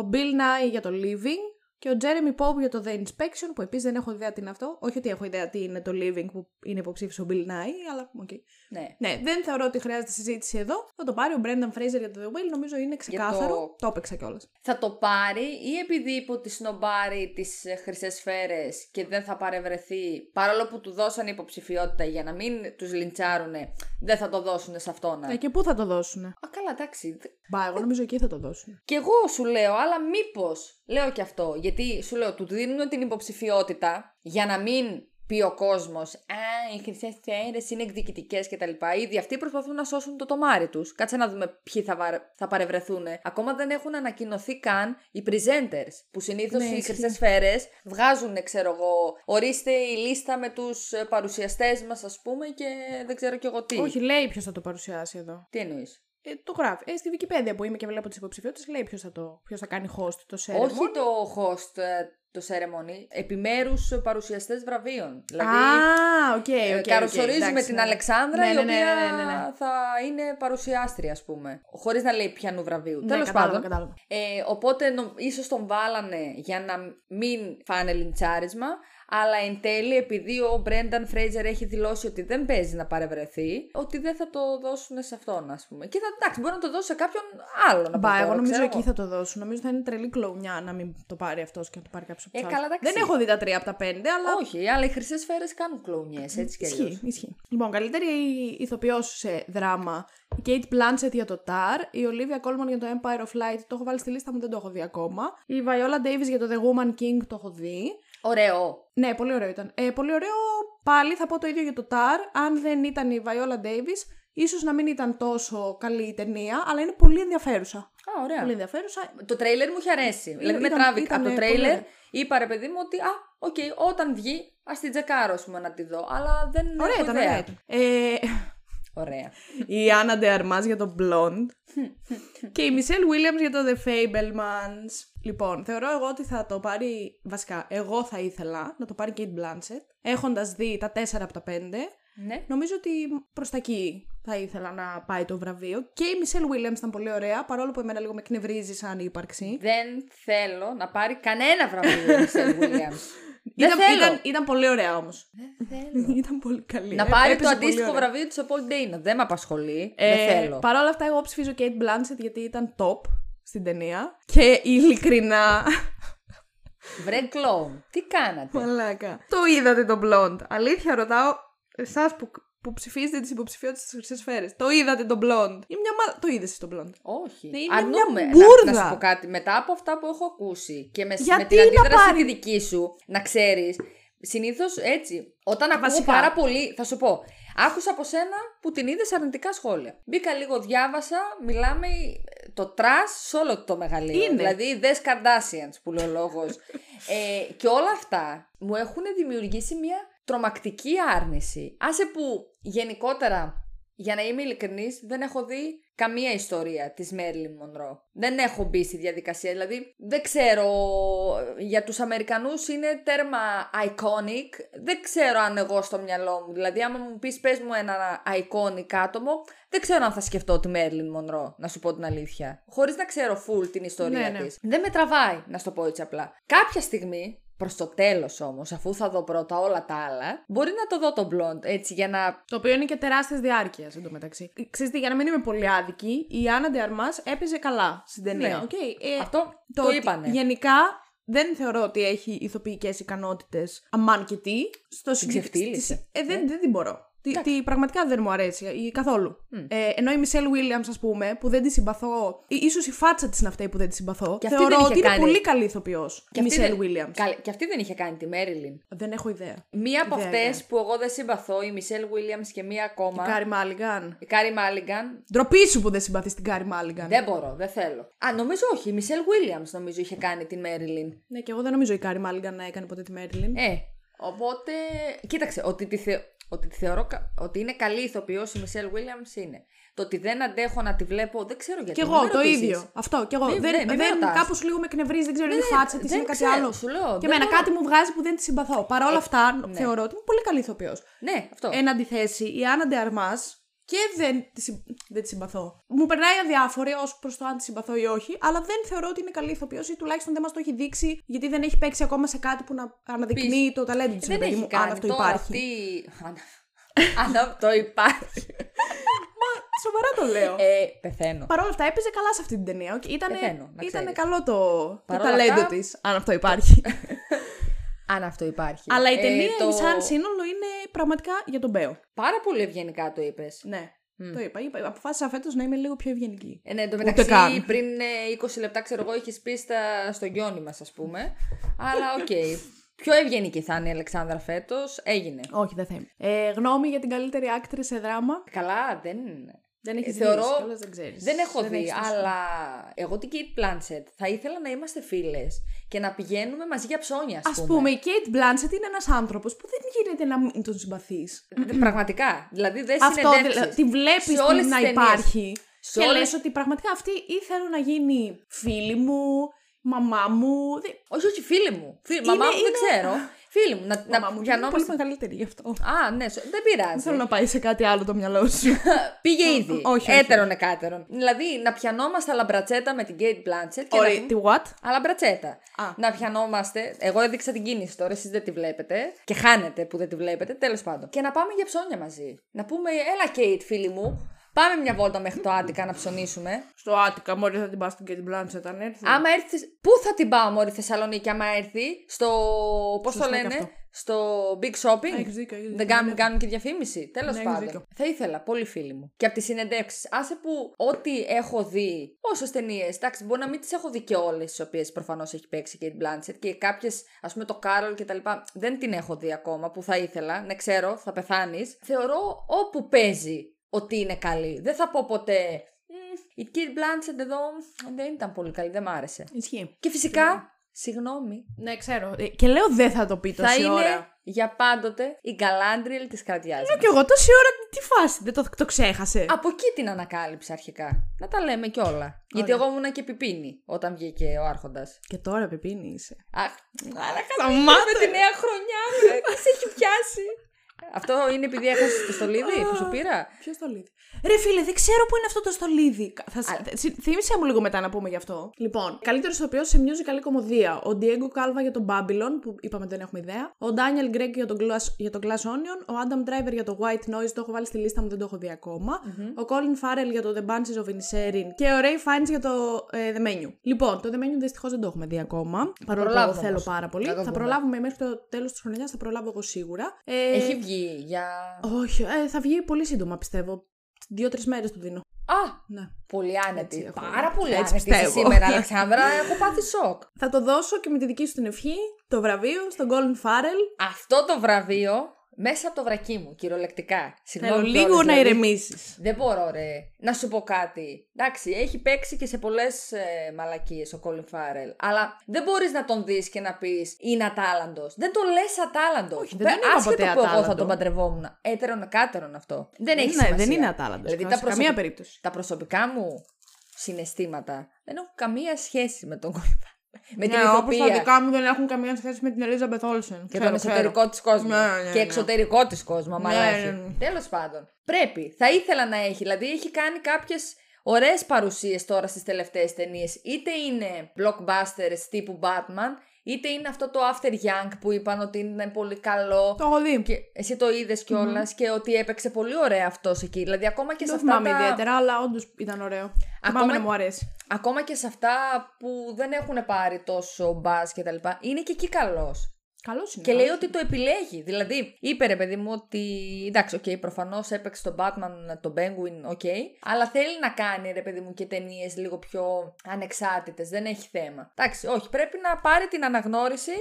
Speaker 1: Ο Bill Nye για το Living. Και ο Jeremy Pope για το The Inspection, που επίσης δεν έχω ιδέα τι είναι αυτό. Όχι ότι έχω ιδέα τι είναι το Living που είναι υποψήφιος ο Bill Nye, αλλά οκ.
Speaker 2: Ναι.
Speaker 1: Ναι, δεν θεωρώ ότι χρειάζεται συζήτηση εδώ. Θα το πάρει ο Brendan Fraser για το The Whale, νομίζω είναι ξεκάθαρο.
Speaker 2: το-
Speaker 1: Το... έπαιξα κιόλας.
Speaker 2: θα το πάρει ή επειδή υποτισνομπάρει τις ε, χρυσές σφαίρες και δεν θα παρευρεθεί παρόλο που του δώσαν υποψηφιότητα για να μην τους λιντσάρουνε δεν θα το δώσουν σε αυτόν.
Speaker 1: Ε, και πού θα το δώσουν.
Speaker 2: Α, καλά, εντάξει. Δε-
Speaker 1: Μπα, εγώ νομίζω εκεί θα το δώσουν.
Speaker 2: Κι εγώ σου λέω, αλλά μήπως. Λέω και αυτό. Γιατί σου λέω, του δίνουν την υποψηφιότητα για να μην πει ο κόσμος, Α, οι χρυσές θέρε είναι εκδικητικές κτλ. Ήδη αυτοί προσπαθούν να σώσουν το τομάρι τους. Κάτσε να δούμε ποιοι θα, βαρε- θα παρευρεθούν. Ακόμα δεν έχουν ανακοινωθεί καν οι presenters. Που συνήθως
Speaker 1: Ναι,
Speaker 2: οι
Speaker 1: ισχύει.
Speaker 2: χρυσές σφαίρες βγάζουν, ξέρω εγώ, ορίστε η λίστα με τους παρουσιαστές μας, ας πούμε, και δεν ξέρω κι εγώ τι.
Speaker 1: Όχι, λέει ποιος θα το παρουσιάσει εδώ.
Speaker 2: Τι εννοείς.
Speaker 1: Ε, το γράφει. Ε, στη Wikipedia που είμαι και βλέπω τις υποψηφιότητες, λέει ποιος θα, το... ποιος θα κάνει host το σερμό.
Speaker 2: Όχι το host ε, το ceremony, επιμέρους παρουσιαστές βραβείων. Δηλαδή,
Speaker 1: Α, οκ,
Speaker 2: Ε,
Speaker 1: οκ.
Speaker 2: Καροσορίζει
Speaker 1: οκ,
Speaker 2: με
Speaker 1: εντάξει,
Speaker 2: την
Speaker 1: ναι.
Speaker 2: Αλεξάνδρα,
Speaker 1: Ναι,
Speaker 2: η
Speaker 1: ναι,
Speaker 2: οποία
Speaker 1: ναι, ναι, ναι, ναι.
Speaker 2: θα είναι παρουσιάστρια, ας πούμε. Χωρίς να λέει πιανού βραβείου. Τέλος
Speaker 1: Ναι, κατάλαβα,
Speaker 2: πάντων.
Speaker 1: κατάλαβα.
Speaker 2: Ε, οπότε νο- ίσως τον βάλανε για να μην φάνε λιντσάρισμα, αλλά εν τέλει επειδή ο Μπρένταν Φρέιζερ έχει δηλώσει ότι δεν παίζει να παρευρεθεί, ότι δεν θα το δώσουν σε αυτόν ας πούμε. Και θα, εντάξει, μπορεί να το δώσει σε κάποιον άλλον. από
Speaker 1: Μπα,
Speaker 2: τώρα,
Speaker 1: εγώ νομίζω
Speaker 2: ξέρω
Speaker 1: εκεί θα το δώσουν. Νομίζω θα είναι τρελή κλονιά να μην το πάρει αυτός και να το πάρει κάποιος από
Speaker 2: Ε,
Speaker 1: τους
Speaker 2: καλά,
Speaker 1: άλλους.
Speaker 2: εντάξει.
Speaker 1: Δεν έχω δει τα τρία από τα πέντε, αλλά.
Speaker 2: Όχι, αλλά οι χρυσές σφαίρες κάνουν κλονιές, έτσι κι αλλιώς.
Speaker 1: Ισχύει, ισχύει. Λοιπόν, καλύτερη ηθοποιός σε δράμα. Η Kate Blanchett για το TAR, η Olivia Colman για το Empire of Light, το έχω βάλει στη λίστα μου, δεν το έχω δει ακόμα. Η Viola Davis για το The Woman King, το έχω δει.
Speaker 2: Ωραίο.
Speaker 1: Ναι, πολύ ωραίο ήταν. Ε, πολύ ωραίο πάλι θα πω το ίδιο για το TAR. Αν δεν ήταν η Viola Davis, ίσως να μην ήταν τόσο καλή η ταινία, αλλά είναι πολύ ενδιαφέρουσα.
Speaker 2: Α, ωραία.
Speaker 1: Πολύ ενδιαφέρουσα.
Speaker 2: Το τρέιλερ μου είχε αρέσει. δηλαδή με
Speaker 1: ήταν-
Speaker 2: τράβηξε από το
Speaker 1: ήτανε
Speaker 2: τρέιλερ.
Speaker 1: πολύ
Speaker 2: Είπα ρε παιδί μου ότι α, οκ, όταν βγει, ας την τσεκάρω ας πούμε, να τη δω. Αλλά δεν
Speaker 1: Ωραία
Speaker 2: έχω
Speaker 1: ήταν,
Speaker 2: ιδέα.
Speaker 1: ωραία ήταν. Ε,
Speaker 2: Ωραία.
Speaker 1: η Άννα Ντεαρμάς για το Blonde και η Μισελ Williams για το The Fablemans. Λοιπόν, θεωρώ εγώ ότι θα το πάρει, βασικά, εγώ θα ήθελα να το πάρει Kate Blanchett, έχοντας δει τα 4 από τα 5.
Speaker 2: Ναι.
Speaker 1: Νομίζω ότι προς τα εκεί θα ήθελα να πάει το βραβείο. Και η Μισελ Βίλιαμ ήταν πολύ ωραία, παρόλο που εμένα λίγο με εκνευρίζει σαν ύπαρξη.
Speaker 2: Δεν θέλω να πάρει κανένα
Speaker 1: <laughs>
Speaker 2: βραβείο η Μισελ Williams. Δεν
Speaker 1: ήταν,
Speaker 2: θέλω.
Speaker 1: Ήταν, ήταν πολύ ωραία όμως.
Speaker 2: Δεν θέλω.
Speaker 1: <laughs> ήταν πολύ καλή.
Speaker 2: να
Speaker 1: Ε,
Speaker 2: πάρει το
Speaker 1: έπαιζε πολύ
Speaker 2: αντίστοιχο
Speaker 1: ωραία.
Speaker 2: βραβείο της Paul Dano. Δεν με απασχολεί.
Speaker 1: Ε,
Speaker 2: δεν θέλω.
Speaker 1: Παρ' όλα αυτά, εγώ ψηφίζω Kate Blanchett γιατί ήταν top στην ταινία. Και
Speaker 2: <laughs>
Speaker 1: ειλικρινά.
Speaker 2: Βρε κλόουν. Τι κάνατε.
Speaker 1: Μαλάκα. Το είδατε το blonde. Αλήθεια, ρωτάω εσάς που, που ψηφίζετε τις υποψηφιότητες της Χρυσής Σφαίρε. Το είδατε το blonde. Είναι μια μα... Το είδες το blonde.
Speaker 2: Όχι.
Speaker 1: Ναι, είναι μια
Speaker 2: Αρνούμε να,
Speaker 1: μπούρδα.
Speaker 2: να σου πω κάτι. Μετά από αυτά που έχω ακούσει και με, με
Speaker 1: Γιατί
Speaker 2: την
Speaker 1: να
Speaker 2: αντίδραση
Speaker 1: πάρει?
Speaker 2: τη δική σου, να ξέρεις. Συνήθως έτσι. Όταν ακούω
Speaker 1: Ε, Βασικά.
Speaker 2: πάρα πολύ, θα σου πω. Άκουσα από σένα που την είδες σε αρνητικά σχόλια. Μπήκα λίγο, διάβασα, μιλάμε ε, το τρας σε όλο το μεγαλείο.
Speaker 1: Είναι.
Speaker 2: Δηλαδή, δες Kardashians που λέει ο λόγος. ε, και όλα αυτά μου έχουν δημιουργήσει μια τρομακτική άρνηση. Άσε που γενικότερα για να είμαι ειλικρινής, δεν έχω δει καμία ιστορία της Μέρλιν Μονρό. Δεν έχω μπει στη διαδικασία. Δηλαδή, δεν ξέρω. Για τους Αμερικανούς είναι τέρμα iconic. Δεν ξέρω αν εγώ στο μυαλό μου. Δηλαδή, άμα μου πεις, πες μου ένα iconic άτομο, δεν ξέρω αν θα σκεφτώ τη Μέρλιν Μονρό, να σου πω την αλήθεια. Χωρίς να ξέρω full την ιστορία
Speaker 1: Ναι, ναι.
Speaker 2: της. Δεν με τραβάει, να σου το πω έτσι απλά. Κάποια στιγμή, προς το τέλος όμως, αφού θα δω πρώτα όλα τα άλλα, μπορεί να το δω το blond έτσι για να
Speaker 1: Το οποίο είναι και τεράστια διάρκεια εντωμεταξύ. Ξέρετε, για να μην είμαι πολύ άδικη, η Άννα Ντεαρμά έπαιζε καλά στην ταινία.
Speaker 2: Ναι.
Speaker 1: Οκ, ε,
Speaker 2: Αυτό το,
Speaker 1: ότι
Speaker 2: είπανε.
Speaker 1: Γενικά δεν θεωρώ ότι έχει ηθοποιικές ικανότητες. Αμάν και τι. Στο συγκεκ-
Speaker 2: ξεφτύλισε.
Speaker 1: στις- Ε, δεν, δεν την μπορώ. Τι, τι πραγματικά δεν μου αρέσει ή καθόλου. Ε, ενώ η Μισελ Βίλιαμ, ας πούμε, που δεν τη συμπαθώ. ή- ίσως η φάτσα της είναι αυτή που δεν τη συμπαθώ.
Speaker 2: Και αυτή
Speaker 1: θεωρώ
Speaker 2: δεν είχε
Speaker 1: ότι είναι
Speaker 2: κάνει-
Speaker 1: πολύ καλή ηθοποιός. Η
Speaker 2: αυτή
Speaker 1: Μισελ
Speaker 2: δεν-
Speaker 1: Βίλιαμ.
Speaker 2: Καλ- Και αυτή δεν είχε κάνει τη Μέριλιν.
Speaker 1: Δεν έχω ιδέα.
Speaker 2: Μία από
Speaker 1: Ιδέα,
Speaker 2: αυτές που εγώ δεν συμπαθώ, η Μισελ Βίλιαμ και μία ακόμα.
Speaker 1: Κάρι Μάλιγκαν.
Speaker 2: Η Κάρι Μάλιγκαν.
Speaker 1: Ντροπή σου που δεν συμπαθείς την Κάρι Μάλιγκαν.
Speaker 2: Δεν μπορώ, δεν θέλω. Α, νομίζω όχι. Η Μισελ Βίλιαμ νομίζω είχε κάνει τη Μέριλιν.
Speaker 1: Ναι, και εγώ δεν νομίζω η Κάρι Μάλιγκαν να έκανε ποτέ τη Μέρλιν.
Speaker 2: Ε, οπότε. Κοίταξε, ότι τη, θε... ότι τη θεωρώ κα- ότι είναι καλή ηθοποιός η Μισελ Βίλιαμ είναι. Το ότι δεν αντέχω να τη βλέπω, δεν ξέρω γιατί.
Speaker 1: Κι εγώ
Speaker 2: Μην με
Speaker 1: το
Speaker 2: ρωτήσεις.
Speaker 1: ίδιο. Αυτό. Κι εγώ.
Speaker 2: Μη- ναι,
Speaker 1: δεν,
Speaker 2: μη με
Speaker 1: δεν,
Speaker 2: ρωτάς. Ναι,
Speaker 1: κάπως λίγο με εκνευρίζει, δεν ξέρω, είναι η φάτσα της,
Speaker 2: δεν
Speaker 1: είναι κάτι
Speaker 2: ξέρω,
Speaker 1: άλλο.
Speaker 2: σου λέω,
Speaker 1: και
Speaker 2: δεν
Speaker 1: εμένα
Speaker 2: μπορώ.
Speaker 1: κάτι μου βγάζει που δεν τη συμπαθώ. Παρ' όλα αυτά, θεωρώ ότι είναι πολύ καλή ηθοποιός.
Speaker 2: Ναι, αυτό.
Speaker 1: Εν αντιθέσει, η Άννα Ντεαρμά και δεν τη, συμ- δεν τη συμπαθώ. Μου περνάει αδιάφορη ως προς το αν τη συμπαθώ ή όχι, αλλά δεν θεωρώ ότι είναι καλή ηθοποιός ή τουλάχιστον δεν μας το έχει δείξει, γιατί δεν έχει παίξει ακόμα σε κάτι που να αναδεικνύει το ταλέντο τη.
Speaker 2: Ε, δεν έχει
Speaker 1: αν
Speaker 2: κάνει
Speaker 1: αυτό
Speaker 2: τώρα
Speaker 1: υπάρχει. Ε,
Speaker 2: αυτή. <laughs> Αν- Αν αυτό υπάρχει.
Speaker 1: Σοβαρά το λέω.
Speaker 2: Ε, πεθαίνω.
Speaker 1: Παρ' όλα αυτά έπαιζε καλά σε αυτή την ταινία. οκ. Ήτανε,
Speaker 2: Πεθαίνω, να
Speaker 1: ήτανε
Speaker 2: ξέρεις.
Speaker 1: καλό το, το
Speaker 2: Παρ' όλα
Speaker 1: ταλέντο
Speaker 2: αυτά-
Speaker 1: της, αν αυτό
Speaker 2: <laughs>
Speaker 1: υπάρχει.
Speaker 2: Αν αυτό υπάρχει.
Speaker 1: Αλλά η
Speaker 2: Ε,
Speaker 1: ταινία
Speaker 2: το-
Speaker 1: σαν σύνολο είναι πραγματικά για τον Μπέο.
Speaker 2: Πάρα πολύ ευγενικά το είπες.
Speaker 1: Ναι, το είπα. είπα. Αποφάσισα φέτος να είμαι λίγο πιο ευγενική.
Speaker 2: Ε, ναι, εν τω
Speaker 1: Ούτε
Speaker 2: μεταξύ
Speaker 1: καν.
Speaker 2: πριν ε, 20 λεπτά, ξέρω εγώ, είχε πει στα... στον Γιόνι μας, ας πούμε. Αλλά οκ. Πιο ευγενική θα είναι η Αλεξάνδρα φέτος. Έγινε.
Speaker 1: Όχι, δεν θα είμαι. Ε, γνώμη για την καλύτερη άκτρη σε δράμα.
Speaker 2: Καλά, δεν είναι.
Speaker 1: Δεν έχεις
Speaker 2: Ε, θεωρώ-
Speaker 1: δεν ξέρεις.
Speaker 2: Δεν έχω δει,
Speaker 1: έχεις τόσο.
Speaker 2: αλλά εγώ την Kate Blanchett θα ήθελα να είμαστε φίλες και να πηγαίνουμε μαζί για ψώνια, ας
Speaker 1: Ας πούμε, η Kate Blanchett είναι ένας άνθρωπος που δεν γίνεται να μην τον συμπαθείς.
Speaker 2: Δε- Πραγματικά. Δηλαδή δεν
Speaker 1: Αυτό
Speaker 2: συνεντεύξεις.
Speaker 1: δηλαδή. Τη βλέπεις
Speaker 2: σε όλες
Speaker 1: να
Speaker 2: τις ταινίες.
Speaker 1: υπάρχει.
Speaker 2: Σε
Speaker 1: και
Speaker 2: όλες-
Speaker 1: λες ότι πραγματικά αυτή ή θέλω να γίνει φίλη μου, μαμά μου. Δε...
Speaker 2: Όχι, όχι, φίλη μου. Φίλη... Μαμά μου δεν
Speaker 1: είναι-
Speaker 2: ξέρω. Φίλη μου. Να,
Speaker 1: μαμά μου
Speaker 2: να
Speaker 1: είναι πολύ
Speaker 2: πιανόμαστε.
Speaker 1: μεγαλύτερη γι' αυτό.
Speaker 2: Α, ναι, σο- δεν
Speaker 1: Δεν
Speaker 2: πειράζει.
Speaker 1: θέλω να πάει σε κάτι άλλο το μυαλό <laughs> σου.
Speaker 2: <laughs> Πήγε ήδη.
Speaker 1: όχι, όχι.
Speaker 2: Έτερον εκάτερον. Δηλαδή να πιανόμαστε αλαμπρατσέτα με την Kate Blanchett και να
Speaker 1: Ωραία,
Speaker 2: πούμε-
Speaker 1: τι what?
Speaker 2: Αλαμπρατσέτα.
Speaker 1: Α.
Speaker 2: Να πιανόμαστε. Εγώ έδειξα την κίνηση τώρα, εσείς δεν τη βλέπετε. Και χάνετε που δεν τη βλέπετε, τέλος πάντων. Και να πάμε για ψώνια μαζί. Να πούμε, έλα, Κέιτ, φίλη μου, πάμε μια βόλτα μέχρι το Άντικα να ψωνίσουμε.
Speaker 1: Στο Άτικα, μόλι θα την πας στην Kate Blanchett αν έρθει.
Speaker 2: Άμα έρθεις. Πού θα την πάω, Μωρή Θεσσαλονίκη, άμα έρθει. Στο. Πώς το
Speaker 1: Σωστά και
Speaker 2: λένε,
Speaker 1: αυτό.
Speaker 2: στο Big Shopping.
Speaker 1: Έχεις δίκιο, έχεις
Speaker 2: Δεν
Speaker 1: δίκιο,
Speaker 2: κάνουν,
Speaker 1: ναι.
Speaker 2: κάνουν και διαφήμιση.
Speaker 1: Ναι,
Speaker 2: Τέλος
Speaker 1: έχεις
Speaker 2: πάντων.
Speaker 1: δίκιο.
Speaker 2: Θα ήθελα, πολύ φίλοι μου. Και από τις συνεντεύξεις. Άσε που ό,τι έχω δει, όσες ταινίες. Εντάξει, μπορεί να μην τις έχω δει και όλες τις οποίες προφανώς έχει παίξει και η Blanchett και κάποιες, ας πούμε το Κάρολ και τα λοιπά. Δεν την έχω δει ακόμα που θα ήθελα. Ναι, ξέρω, θα πεθάνεις. Θεωρώ όπου παίζει ότι είναι καλή. Δεν θα πω ποτέ. «Μμ, Η Kate Blanchett εδώ μ, δεν ήταν πολύ καλή, δεν μ' άρεσε.
Speaker 1: Ισχύει.
Speaker 2: Και φυσικά, συγγνώμη,
Speaker 1: Ναι, ξέρω. Ε, Και λέω δεν θα το πει τόση
Speaker 2: θα είναι
Speaker 1: ώρα.
Speaker 2: για πάντοτε η Γκαλάντριελ της καρδιάς
Speaker 1: Ε,
Speaker 2: μου.
Speaker 1: Κι εγώ τόση ώρα τι φάση, δεν το, το ξέχασε.
Speaker 2: Από εκεί την ανακάλυψα αρχικά. Να τα λέμε κιόλα. Γιατί εγώ ήμουνα και πιπίνη όταν βγήκε ο Άρχοντας.
Speaker 1: Και τώρα πεπίνη είσαι.
Speaker 2: Αχ, άρα
Speaker 1: Σταμάτα.
Speaker 2: τη νέα χρονιά, βρε, σε έχει πιάσει. Αυτό είναι επειδή έχασες το στολίδι που σου πήρα.
Speaker 1: Ποιο στολίδι. Ρε φίλε, δεν ξέρω πού είναι αυτό το στολίδι. Κα- Θα...
Speaker 2: Α.
Speaker 1: Α... Θύμησε μου λίγο μετά να πούμε γι' αυτό. Λοιπόν, καλύτερος ηθοποιός σε musical καλή κομμωδία. Ο Diego Calva για τον Babylon, που είπαμε δεν έχουμε ιδέα. Ο Daniel Gregg για τον, Glass... για τον Glass Onion. Ο Adam Driver για το White Noise, το έχω βάλει στη λίστα μου, δεν το έχω δει ακόμα. Ο Colin Farrell για το The Banshees of Inisherin. Και ο Ray Fiennes για το ε, The Menu. Λοιπόν, το The Menu δυστυχώς δεν το έχουμε δει ακόμα. Παρόλο που εγώ
Speaker 2: προλάβουμε
Speaker 1: θέλω
Speaker 2: όμως.
Speaker 1: πάρα πολύ.
Speaker 2: Θα το
Speaker 1: Θα
Speaker 2: δούμε.
Speaker 1: προλάβουμε μέχρι το τέλος της χρονιάς, θα προλάβω εγώ σίγουρα. Ε,
Speaker 2: Έχει βγει για.
Speaker 1: όχι, ε, θα βγει πολύ σύντομα πιστεύω. Δύο-τρει μέρες του δίνω.
Speaker 2: Α!
Speaker 1: Ναι.
Speaker 2: Πολύ άνετη.
Speaker 1: Έτσι έχω-
Speaker 2: Πάρα πολύ
Speaker 1: έτσι
Speaker 2: άνετη είσαι
Speaker 1: πιστεύω.
Speaker 2: σήμερα, Αλεξάνδρα. έχω πάθει σοκ.
Speaker 1: Θα το δώσω και με τη δική σου την ευχή, το βραβείο, στον Colin Farrell.
Speaker 2: Αυτό το βραβείο μέσα από το βρακί μου, κυριολεκτικά.
Speaker 1: Θέλω
Speaker 2: Συγγνώμη.
Speaker 1: λίγο
Speaker 2: κιόλας,
Speaker 1: να
Speaker 2: δηλαδή.
Speaker 1: ηρεμήσεις.
Speaker 2: Δεν μπορώ, ρε. Να σου πω κάτι. Εντάξει, έχει παίξει και σε πολλές ε, μαλακίες ο Colin Farrell. Αλλά δεν μπορείς να τον δεις και να πεις είναι ατάλαντος. Δεν τον λες ατάλαντο.
Speaker 1: Όχι, δεν τον είπα ποτέ
Speaker 2: που εγώ θα
Speaker 1: ατάλαντο.
Speaker 2: τον παντρευόμουν. Έτερον εκάτερον αυτό. Δεν έχει
Speaker 1: ναι,
Speaker 2: σημασία.
Speaker 1: δεν είναι ατάλλαντο.
Speaker 2: Δηλαδή, τα,
Speaker 1: σε καμία
Speaker 2: προσωπ-
Speaker 1: περίπτωση.
Speaker 2: τα προσωπικά μου συναισθήματα δεν έχουν καμία σχέση με τον Colin Farrell. Με
Speaker 1: Ναι,
Speaker 2: την ηθοποιία.
Speaker 1: μου δεν έχουν καμία σχέση με την Ελίζα Μπεθόλσεν.
Speaker 2: Και τον εσωτερικό τη κόσμο.
Speaker 1: Ναι, ναι,
Speaker 2: Και
Speaker 1: ναι.
Speaker 2: εξωτερικό της κόσμο, άμα
Speaker 1: Ναι,
Speaker 2: αλλά
Speaker 1: ναι,
Speaker 2: έχει.
Speaker 1: ναι.
Speaker 2: Τέλος πάντων. Πρέπει. Θα ήθελα να έχει. Δηλαδή έχει κάνει κάποιες ωραίες παρουσίες τώρα στις τελευταίες ταινίες. Είτε είναι blockbusters τύπου Batman, είτε είναι αυτό το After Young που είπαν ότι είναι πολύ καλό.
Speaker 1: Το έχω δει.
Speaker 2: Και εσύ το είδες κιόλας και ότι έπαιξε πολύ ωραία αυτός εκεί. Δηλαδή ακόμα και σε
Speaker 1: Δεν
Speaker 2: αυτά.
Speaker 1: θυμάμαι
Speaker 2: τα-
Speaker 1: ιδιαίτερα, αλλά όντως ήταν ωραίο. Θυμάμαι να μου αρέσει.
Speaker 2: Ακόμα και σε αυτά που δεν έχουν πάρει τόσο μπας και τα λοιπά. Είναι και εκεί καλός.
Speaker 1: Καλός είναι.
Speaker 2: Και λέει ότι το επιλέγει. Δηλαδή, είπε ρε παιδί μου ότι. Εντάξει, οκ, προφανώς έπαιξε τον Batman, τον Penguin, οκ. αλλά θέλει να κάνει ρε παιδί μου και ταινίες λίγο πιο ανεξάρτητες. Δεν έχει θέμα. Εντάξει, όχι, πρέπει να πάρει την αναγνώριση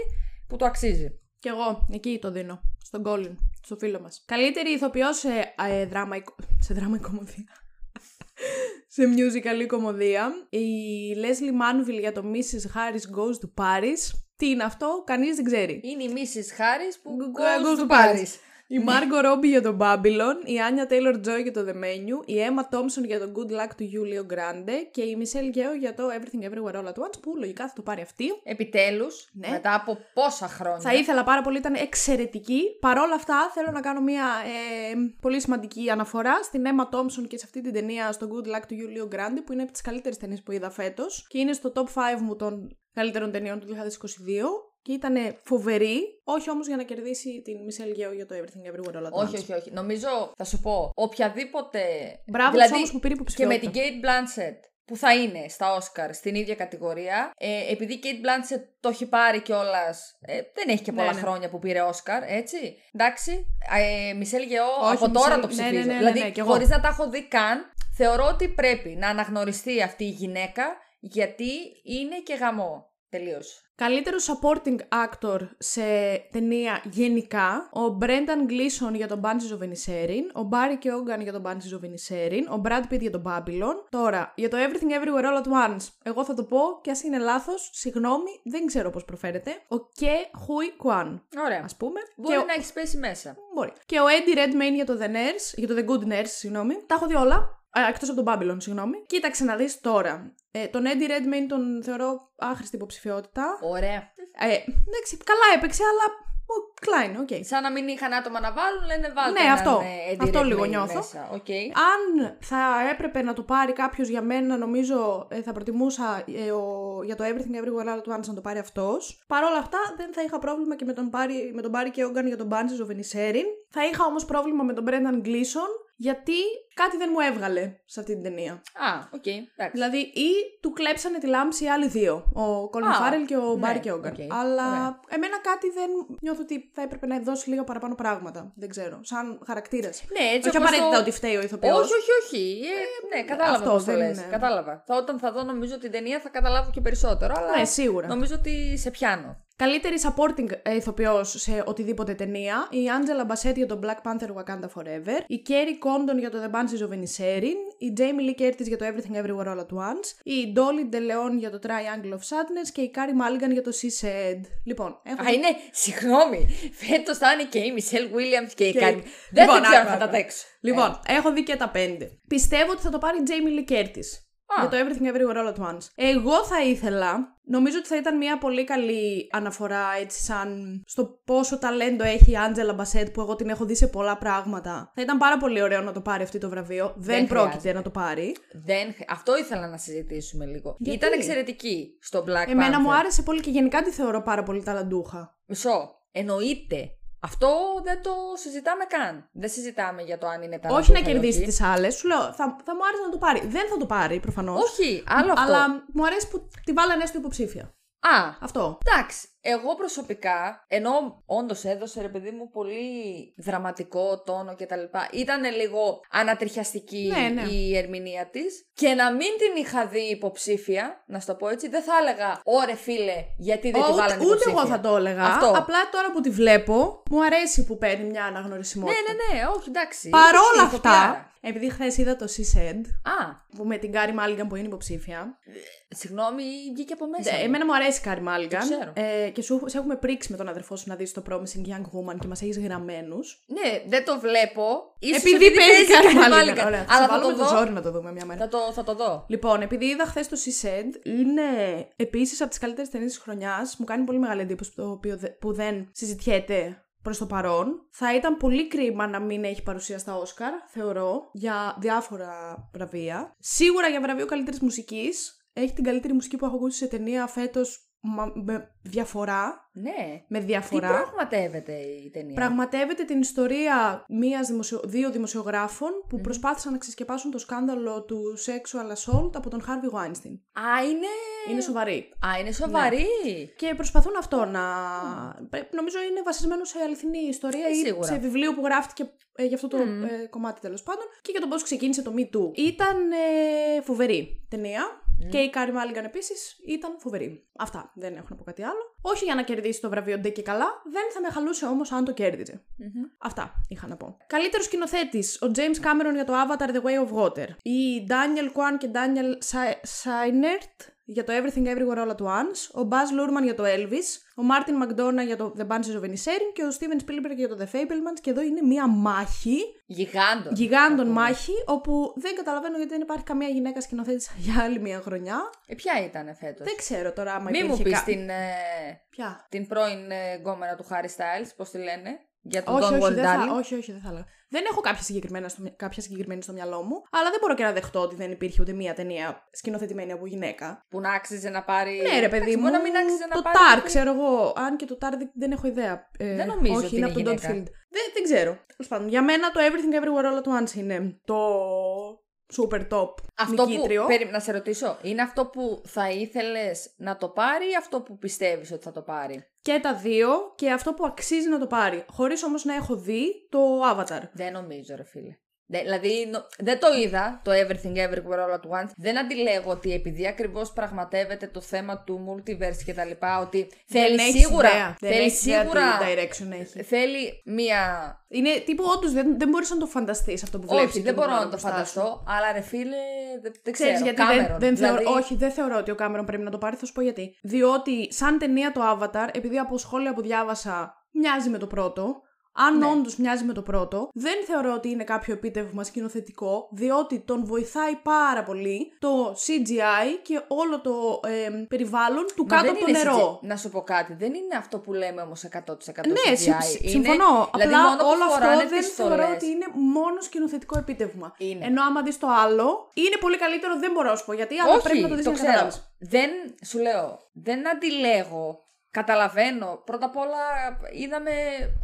Speaker 2: που το αξίζει.
Speaker 1: Κι εγώ εκεί το δίνω. Στον Colin, στο φίλο μας. Καλύτερη ηθοποιός σε ε, δράμα. ή κο- σε δράμα ή κομμωδία. <laughs> σε musical ή κομμωδία. Η Leslie Manville για το Mrs. Harris Goes to Paris. Τι είναι αυτό, κανείς δεν ξέρει.
Speaker 2: Είναι η Mrs. Harris που
Speaker 1: Goes
Speaker 2: goes
Speaker 1: to
Speaker 2: to Paris.
Speaker 1: Η Margot Robbie για το Babylon, η Anya Taylor-Joy για το The Menu, η Emma Thompson για το Good Luck του Julio Grande και η Michelle Yeoh για το Everything Everywhere All At Once που λογικά θα το πάρει αυτή.
Speaker 2: Επιτέλους,
Speaker 1: Ναι.
Speaker 2: μετά από πόσα χρόνια.
Speaker 1: Θα ήθελα πάρα πολύ, ήταν εξαιρετική. Παρ' όλα αυτά, θέλω να κάνω μια ε, πολύ σημαντική αναφορά στην Emma Thompson και σε αυτή την ταινία στο Good Luck του Julio Grande, που είναι από τις καλύτερες ταινίες που είδα φέτος και είναι στο top 5 μου των καλύτερων ταινιών του 2022. Και ήταν φοβερή, όχι όμως για να κερδίσει την Michelle Yeoh για το Everything Everywhere All At Once.
Speaker 2: Όχι, όχι, όχι. Νομίζω, θα σου πω, οποιαδήποτε.
Speaker 1: Μπράβο της όμως που πήρε
Speaker 2: Δηλαδή, Και με
Speaker 1: υποψηφιότητα.
Speaker 2: την Kate Blanchett που θα είναι στα Όσκαρ στην ίδια κατηγορία. Ε, επειδή η Kate Blanchett το έχει πάρει κιόλας. Ε, δεν έχει και
Speaker 1: Ναι,
Speaker 2: πολλά
Speaker 1: ναι.
Speaker 2: χρόνια που πήρε Όσκαρ, έτσι. Εντάξει. Ε, Μισελ Γεώ,
Speaker 1: Όχι,
Speaker 2: από τώρα
Speaker 1: Michelle-
Speaker 2: το
Speaker 1: ναι, ναι,
Speaker 2: ψηφίζω.
Speaker 1: ναι, ναι, ναι,
Speaker 2: δηλαδή,
Speaker 1: κι εγώ.
Speaker 2: χωρίς να τα έχω δει καν, θεωρώ ότι πρέπει να αναγνωριστεί αυτή η γυναίκα γιατί είναι και γαμό. Τελείω.
Speaker 1: Καλύτερο supporting actor σε ταινία γενικά, ο Brendan Gleeson για τον Banshees of Inisherin, ο Barry Keoghan για τον Banshees of Inisherin, ο Brad Pitt για τον Babylon. Τώρα, για το Everything Everywhere All at Once, εγώ θα το πω και ας είναι λάθος, συγγνώμη, δεν ξέρω πώς προφέρεται, ο Ke Hui Kwan,
Speaker 2: Ωραία.
Speaker 1: ας πούμε.
Speaker 2: Μπορεί
Speaker 1: και ο-
Speaker 2: να έχεις πέσει μέσα.
Speaker 1: Μπορεί. Και ο Eddie Redmayne για το The Nurse, για το The Good Nurse, συγγνώμη. Τα έχω δει όλα. ε, Εκτός από τον Babylon, συγγνώμη. Κοίταξε να δεις τώρα. Ε, τον Eddie Redmayne τον θεωρώ άχρηστη υποψηφιότητα.
Speaker 2: Ωραία.
Speaker 1: Ε, εντάξει, καλά έπαιξε, αλλά. Ο Κλάιν, οκ.
Speaker 2: Σαν να μην είχαν άτομα να βάλουν, λένε βάλτε
Speaker 1: Ναι,
Speaker 2: έναν,
Speaker 1: αυτό.
Speaker 2: ε, Eddie
Speaker 1: Αυτό
Speaker 2: Redmayne
Speaker 1: λίγο νιώθω.
Speaker 2: Μέσα. Οκ.
Speaker 1: Αν θα έπρεπε να το πάρει κάποιος για μένα, νομίζω ε, θα προτιμούσα ε, ο, για το Everything Everywhere All At Once να το πάρει αυτός. Παρ' όλα αυτά, δεν θα είχα πρόβλημα και με τον, πάρει, με τον Barry Keoghan για τον Banshees of Inisherin. Θα είχα όμως πρόβλημα με τον Brendan Gleeson, γιατί κάτι δεν μου έβγαλε σε αυτή την ταινία.
Speaker 2: Α, οκ. Εντάξει.
Speaker 1: Δηλαδή, ή του κλέψανε τη λάμψη οι άλλοι δύο. Ο Colin
Speaker 2: Α,
Speaker 1: Farrell και ο
Speaker 2: ναι,
Speaker 1: Barry Keoghan.
Speaker 2: οκ,
Speaker 1: Αλλά
Speaker 2: ωραία.
Speaker 1: εμένα κάτι δεν νιώθω ότι θα έπρεπε να δώσει λίγα παραπάνω πράγματα. Δεν ξέρω. Σαν χαρακτήρας.
Speaker 2: Ναι, έτσι
Speaker 1: Όχι
Speaker 2: όπως
Speaker 1: απαραίτητα
Speaker 2: το-
Speaker 1: ότι φταίει ο ηθοποιός.
Speaker 2: Όχι, όχι, όχι. Ε, ναι, κατάλαβα
Speaker 1: αυτό
Speaker 2: πώς το
Speaker 1: δεν
Speaker 2: λες.
Speaker 1: είναι.
Speaker 2: Κατάλαβα. Θα, όταν θα δω νομίζω την ταινία θα καταλάβω και περισσότερο, αλλά
Speaker 1: Ναι, σίγουρα.
Speaker 2: νομίζω ότι σε πιάνω.
Speaker 1: Καλύτερη supporting ε, ηθοποιός σε οτιδήποτε ταινία. Η Angela Bassett για τον Black Panther Wakanda Forever. Η Kerry Condon για το The Banshees of Inisherin. Η Jamie Lee Curtis για το Everything Everywhere All at Once. Η Dolly DeLeon για το Triangle of Sadness. Και η Carrie Mulligan για το She Said. Λοιπόν, έχω.
Speaker 2: Α, είναι, συγγνώμη, φέτος θα είναι και η Μισελ Williams και η
Speaker 1: Και-
Speaker 2: Κάρι. Δεν
Speaker 1: Λοιπόν,
Speaker 2: θα ξέρω αν
Speaker 1: άκου,
Speaker 2: θα τα
Speaker 1: άκου.
Speaker 2: δέξω.
Speaker 1: Λοιπόν, έχω δει και τα πέντε. Πιστεύω ότι θα το πάρει η Jamie Lee Curtis.
Speaker 2: Α.
Speaker 1: Για το Everything Everywhere All at Once. Εγώ θα ήθελα, νομίζω ότι θα ήταν μια πολύ καλή αναφορά έτσι σαν στο πόσο ταλέντο έχει η Άντζελα Μπασέτ που εγώ την έχω δει σε πολλά πράγματα. Θα ήταν πάρα πολύ ωραίο να το πάρει αυτή το βραβείο. Δεν,
Speaker 2: Δεν
Speaker 1: πρόκειται
Speaker 2: χρειάζεται.
Speaker 1: να το πάρει.
Speaker 2: Δεν, χρ- αυτό ήθελα να συζητήσουμε λίγο.
Speaker 1: Γιατί?
Speaker 2: Ήταν εξαιρετική στο Black
Speaker 1: Εμένα
Speaker 2: Panther.
Speaker 1: μου άρεσε πολύ και γενικά τη θεωρώ πάρα πολύ ταλαντούχα.
Speaker 2: Μισό. Εννοείται. Αυτό δεν το συζητάμε καν. Δεν συζητάμε για το αν είναι τα
Speaker 1: όχι να κερδίσει τις άλλες. Σου λέω, θα, θα μου άρεσε να το πάρει. Δεν θα το πάρει προφανώς.
Speaker 2: Όχι, άλλο αυτό.
Speaker 1: Αλλά μου αρέσει που τη βάλανε έστω υποψήφια.
Speaker 2: Α,
Speaker 1: Αυτό.
Speaker 2: Εντάξει, εγώ προσωπικά, ενώ όντως έδωσε ρε παιδί μου πολύ δραματικό τόνο κτλ. Ήταν λίγο ανατριχιαστική
Speaker 1: Ναι, ναι.
Speaker 2: η ερμηνεία της. Και να μην την είχα δει υποψήφια, να σου το πω έτσι, δεν θα έλεγα Ωρε φίλε, γιατί δεν
Speaker 1: Ω,
Speaker 2: τη
Speaker 1: ούτε,
Speaker 2: βάλανε
Speaker 1: ούτε
Speaker 2: υποψήφια.
Speaker 1: εγώ θα το έλεγα.
Speaker 2: Αυτό.
Speaker 1: Απλά τώρα που τη βλέπω, μου αρέσει που παίρνει μια
Speaker 2: Ναι,
Speaker 1: αναγνωρισιμότητα.
Speaker 2: ναι, ναι, όχι, εντάξει.
Speaker 1: Παρόλα
Speaker 2: Ηθοποιάρα.
Speaker 1: αυτά, επειδή χθες είδα το C-SED,
Speaker 2: Α,
Speaker 1: που με την Κάρι Μάλιγκαν που είναι υποψήφια.
Speaker 2: συγγνώμη, βγήκε από μέσα.
Speaker 1: Ε,
Speaker 2: μου.
Speaker 1: Εμένα μου αρέσει η Κάρι Μάλιγκαν.
Speaker 2: Το ξέρω.
Speaker 1: Ε, και σου, σε έχουμε πρίξει με τον αδερφό σου να δεις το Promising Young Woman και μας έχεις γραμμένους.
Speaker 2: Ναι, δεν το βλέπω. Ίσως
Speaker 1: Επειδή, παίζει η Κάρι
Speaker 2: Carey
Speaker 1: Μάλιγκαν.
Speaker 2: Mulligan.
Speaker 1: Ωραία, θα
Speaker 2: Αλλά
Speaker 1: σε
Speaker 2: θα το
Speaker 1: βάλουμε το
Speaker 2: δω.
Speaker 1: ζόρι να το δούμε μια μέρα.
Speaker 2: Θα το, θα το δω.
Speaker 1: Λοιπόν, επειδή είδα χθες το C-SED, είναι επίσης από τις καλύτερες ταινίες της χρονιάς. Μου κάνει πολύ μεγάλη εντύπωση το οποίο δε- που δεν συζητιέται προς το παρόν. Θα ήταν πολύ κρίμα να μην έχει παρουσία στα Όσκαρ, θεωρώ, για διάφορα βραβεία. Σίγουρα για βραβείο καλύτερης μουσικής. Έχει την καλύτερη μουσική που έχω ακούσει σε ταινία φέτος με διαφορά.
Speaker 2: Ναι.
Speaker 1: Με
Speaker 2: Τι
Speaker 1: διαφορά.
Speaker 2: πραγματεύεται η ταινία.
Speaker 1: Πραγματεύεται την ιστορία μίας δημοσιο- δύο δημοσιογράφων που προσπάθησαν να ξεσκεπάσουν το σκάνδαλο του sexual assault από τον Harvey Weinstein.
Speaker 2: Α, είναι.
Speaker 1: Είναι σοβαρή.
Speaker 2: Α, είναι σοβαρή.
Speaker 1: Ε, Και προσπαθούν αυτό να. Πρέπει- Νομίζω είναι βασισμένο σε αληθινή ιστορία
Speaker 2: Ε,
Speaker 1: ή
Speaker 2: σίγουρα.
Speaker 1: σε βιβλίο που γράφτηκε ε, για αυτό το ε, κομμάτι τέλος πάντων και για το πώς ξεκίνησε το Me Too. Ήταν ε, φοβερή ταινία. Και η Κάρι Μάλιγκαν επίσης ήταν φοβερή. Αυτά. Δεν έχω να πω κάτι άλλο. Όχι για να κερδίσει το βραβείο ντε και καλά. Δεν θα με χαλούσε όμως αν το κέρδιζε. Αυτά είχα να πω. Καλύτερος σκηνοθέτης, ο James Cameron για το Avatar The Way of Water. Η Daniel Kwan και Daniel Sa- Sainert για το Everything Everywhere All at Once. Ο Baz Luhrmann για το Elvis. Ο Martin McDonough για το The Banshees of Inisherin. Και ο Steven Spielberg για το The Fablemans. Και εδώ είναι μία μάχη
Speaker 2: Γιγάντο.
Speaker 1: γιγάντων μάχη, όπου δεν καταλαβαίνω γιατί δεν υπάρχει καμία γυναίκα σκηνοθέτησα <laughs> για άλλη μια χρονιά.
Speaker 2: Ε, ποια ήταν φέτος.
Speaker 1: Δεν ξέρω τώρα άμα
Speaker 2: Μη μου
Speaker 1: υπήρχε
Speaker 2: πεις
Speaker 1: κα-
Speaker 2: την, ε,
Speaker 1: Ποια.
Speaker 2: την πρώην ε, γκόμενα του Χάρι Styles, πώς τη λένε. Για τον
Speaker 1: Όχι
Speaker 2: Don
Speaker 1: όχι,
Speaker 2: Wall
Speaker 1: δεν θα,
Speaker 2: Darling.
Speaker 1: όχι, όχι, δεν θα έλεγα. Δεν έχω κάποια, συγκεκριμένα στο, μυ- κάποια συγκεκριμένη στο μυαλό μου, αλλά δεν μπορώ και να δεχτώ ότι δεν υπήρχε ούτε μία ταινία σκηνοθετημένη από γυναίκα.
Speaker 2: Που να άξιζε να πάρει.
Speaker 1: Ναι, ρε παιδί
Speaker 2: Εντάξει,
Speaker 1: μου.
Speaker 2: μπορεί να μην άξιζε να
Speaker 1: το
Speaker 2: πάρει.
Speaker 1: Τάρ,
Speaker 2: γιατί-
Speaker 1: ξέρω εγώ. Αν και το Τάρ δεν, δεν έχω ιδέα. Ε,
Speaker 2: Δεν νομίζω
Speaker 1: Όχι,
Speaker 2: ότι
Speaker 1: είναι
Speaker 2: είναι
Speaker 1: από τον Todd
Speaker 2: γυναίκα.
Speaker 1: Field. Δεν, δεν ξέρω. Τέλος πάντων, για μένα το Everything Everywhere All at Once είναι το super top
Speaker 2: Αυτό
Speaker 1: νικήτριο.
Speaker 2: που, περί- να σε ρωτήσω, είναι αυτό που θα ήθελες να το πάρει ή αυτό που πιστεύεις ότι θα το πάρει.
Speaker 1: και τα δύο και αυτό που αξίζει να το πάρει. Χωρίς όμως να έχω δει το Avatar.
Speaker 2: Δεν νομίζω, ρε φίλε. Δε- Δηλαδή, νο- δεν το είδα το Everything Everywhere All at Once. Δεν αντιλέγω ότι επειδή ακριβώς πραγματεύεται το θέμα του multiverse και τα λοιπά, ότι θέλει
Speaker 1: Δεν έχεις
Speaker 2: σίγουρα.
Speaker 1: ιδέα. Δεν
Speaker 2: Θέλει
Speaker 1: έχεις ιδέα τι
Speaker 2: σίγουρα.
Speaker 1: direction έχει.
Speaker 2: Θέλει μία
Speaker 1: Είναι τύπου όντως δεν, δεν μπορείς να το φανταστείς αυτό που βλέπεις.
Speaker 2: Όχι, δεν μπορώ να το φανταστώ, αλλά ρε φίλε, δεν, δεν ξέρω.
Speaker 1: Ξέρεις, γιατί
Speaker 2: Κάμερον,
Speaker 1: δεν, δεν θεωρώ,
Speaker 2: δηλαδή,
Speaker 1: όχι, δεν θεωρώ ότι ο Κάμερον πρέπει να το πάρει, θα σου πω γιατί. Διότι σαν ταινία το Avatar, επειδή από σχόλια που διάβασα μοιάζει με το πρώτο, αν
Speaker 2: Ναι.
Speaker 1: ναι. όντως μοιάζει με το πρώτο, δεν θεωρώ ότι είναι κάποιο επίτευγμα σκηνοθετικό, διότι τον βοηθάει πάρα πολύ το CGI και όλο το εμ, περιβάλλον του
Speaker 2: μα
Speaker 1: κάτω
Speaker 2: δεν
Speaker 1: από το
Speaker 2: είναι
Speaker 1: νερό.
Speaker 2: CGI. Να σου πω κάτι, δεν είναι αυτό που λέμε όμως 100%
Speaker 1: Ναι,
Speaker 2: CGI.
Speaker 1: συμ-
Speaker 2: Είναι-
Speaker 1: συμφωνώ.
Speaker 2: δηλαδή,
Speaker 1: Απλά
Speaker 2: μόνο που
Speaker 1: όλο
Speaker 2: φοράνε
Speaker 1: αυτό δεν
Speaker 2: τις
Speaker 1: θεωρώ
Speaker 2: στολές.
Speaker 1: ότι είναι μόνο σκηνοθετικό επίτευγμα.
Speaker 2: Είναι.
Speaker 1: Ενώ άμα δεις το άλλο, είναι πολύ καλύτερο, δεν μπορώ να σου πω γιατί, αλλά
Speaker 2: Όχι,
Speaker 1: πρέπει να το δεις
Speaker 2: το
Speaker 1: να
Speaker 2: ξέρω.
Speaker 1: καταλάβεις.
Speaker 2: Δεν, σου λέω, δεν αντιλέγω. Καταλαβαίνω. Πρώτα απ' όλα είδαμε.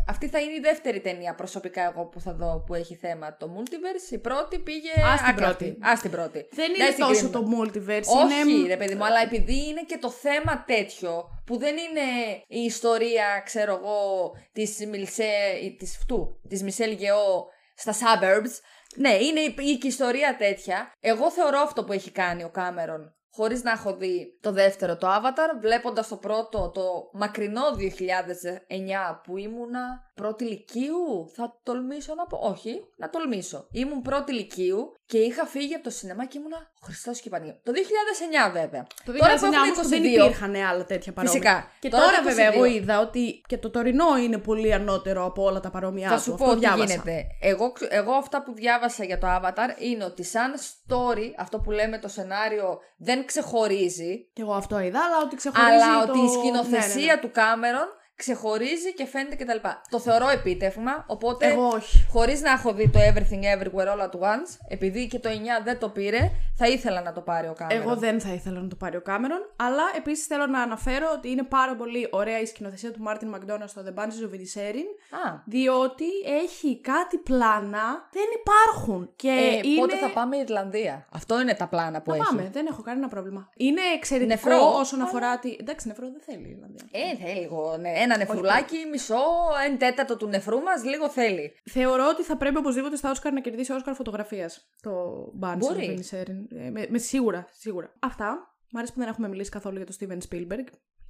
Speaker 2: Αυτή θα είναι η δεύτερη ταινία προσωπικά εγώ που θα δω που έχει θέμα το Multiverse. Η πρώτη πήγε.
Speaker 1: Ας την
Speaker 2: άκρα αυτή.
Speaker 1: πρώτη.
Speaker 2: Ας την πρώτη.
Speaker 1: Δεν
Speaker 2: Δεν
Speaker 1: είναι τόσο
Speaker 2: συγκρίνουμε.
Speaker 1: το multiverse.
Speaker 2: Όχι,
Speaker 1: είναι...
Speaker 2: ρε παιδί μου, αλλά επειδή είναι και το θέμα τέτοιο που δεν είναι η ιστορία, ξέρω εγώ, της Μιλσέ, ή της φτού, της Μισελ Γεώ στα suburbs. Ναι, είναι η, η- και η ιστορία τέτοια. Εγώ θεωρώ αυτό που έχει κάνει ο Κάμερον χωρίς να έχω δει το δεύτερο το Avatar, βλέποντας το πρώτο το μακρινό 2009 που ήμουνα πρώτη λυκείου, θα τολμήσω να πω, όχι, να τολμήσω. Ήμουν πρώτη λυκείου και είχα φύγει από το σινεμά και ήμουνα ο Χριστός και η Παναγία. Το 2009 βέβαια.
Speaker 1: Το 2009
Speaker 2: Τώρα που έχουμε
Speaker 1: όμως που δεν
Speaker 2: 22.
Speaker 1: υπήρχαν άλλα τέτοια παρόμοια.
Speaker 2: Φυσικά.
Speaker 1: Και
Speaker 2: Τώρα
Speaker 1: τώρα,
Speaker 2: το
Speaker 1: βέβαια,
Speaker 2: 22.
Speaker 1: εγώ είδα ότι και το τωρινό είναι πολύ ανώτερο από όλα τα παρόμοια
Speaker 2: Θα
Speaker 1: του.
Speaker 2: σου
Speaker 1: Αυτό
Speaker 2: πω τι
Speaker 1: διάβασα.
Speaker 2: γίνεται. Εγώ, ξε- εγώ αυτά που διάβασα για το Avatar είναι ότι σαν story, αυτό που λέμε το σενάριο δεν ξεχωρίζει,
Speaker 1: Και εγώ αυτό είδα, αλλά ότι ξεχωρίζει.
Speaker 2: αλλά
Speaker 1: το...
Speaker 2: ότι η
Speaker 1: Ναι,
Speaker 2: σκηνοθεσία
Speaker 1: ναι, ναι.
Speaker 2: του Κάμερον ξεχωρίζει και φαίνεται κτλ. Το θεωρώ επίτευγμα, οπότε
Speaker 1: Εγώ όχι.
Speaker 2: χωρίς να έχω δει το Everything Everywhere All At Once, επειδή και το 9 δεν το πήρε, θα ήθελα να το πάρει ο Κάμερον.
Speaker 1: Εγώ δεν θα ήθελα να το πάρει ο Κάμερον, αλλά επίσης θέλω να αναφέρω ότι είναι πάρα πολύ ωραία η σκηνοθεσία του Μάρτιν Μακδόνα στο The Bunches of Inisherin,
Speaker 2: Α,
Speaker 1: διότι έχει κάτι πλάνα δεν υπάρχουν. Και
Speaker 2: ε,
Speaker 1: είναι...
Speaker 2: πότε θα πάμε Ιρλανδία. Αυτό είναι τα πλάνα που
Speaker 1: Να
Speaker 2: έχει.
Speaker 1: πάμε, δεν έχω κανένα πρόβλημα. Είναι εξαιρετικό
Speaker 2: Νεφρό,
Speaker 1: όσον αφορά τη. Εντάξει, νεφρό δεν θέλει δηλαδή. η Ιρλανδία.
Speaker 2: Ε, θέλει λίγο. Ναι. Ένα νεφρουλάκι, μισό, εν τέταρτο του νεφρού μας, λίγο θέλει.
Speaker 1: Θεωρώ ότι θα πρέπει οπωσδήποτε στα Όσκαρ να κερδίσει Όσκαρ φωτογραφίας το Barnes
Speaker 2: Μπορεί.
Speaker 1: Μπορεί. Ε, με, με, σίγουρα, σίγουρα. Αυτά. Μ' αρέσει που δεν έχουμε μιλήσει καθόλου για τον Steven Spielberg.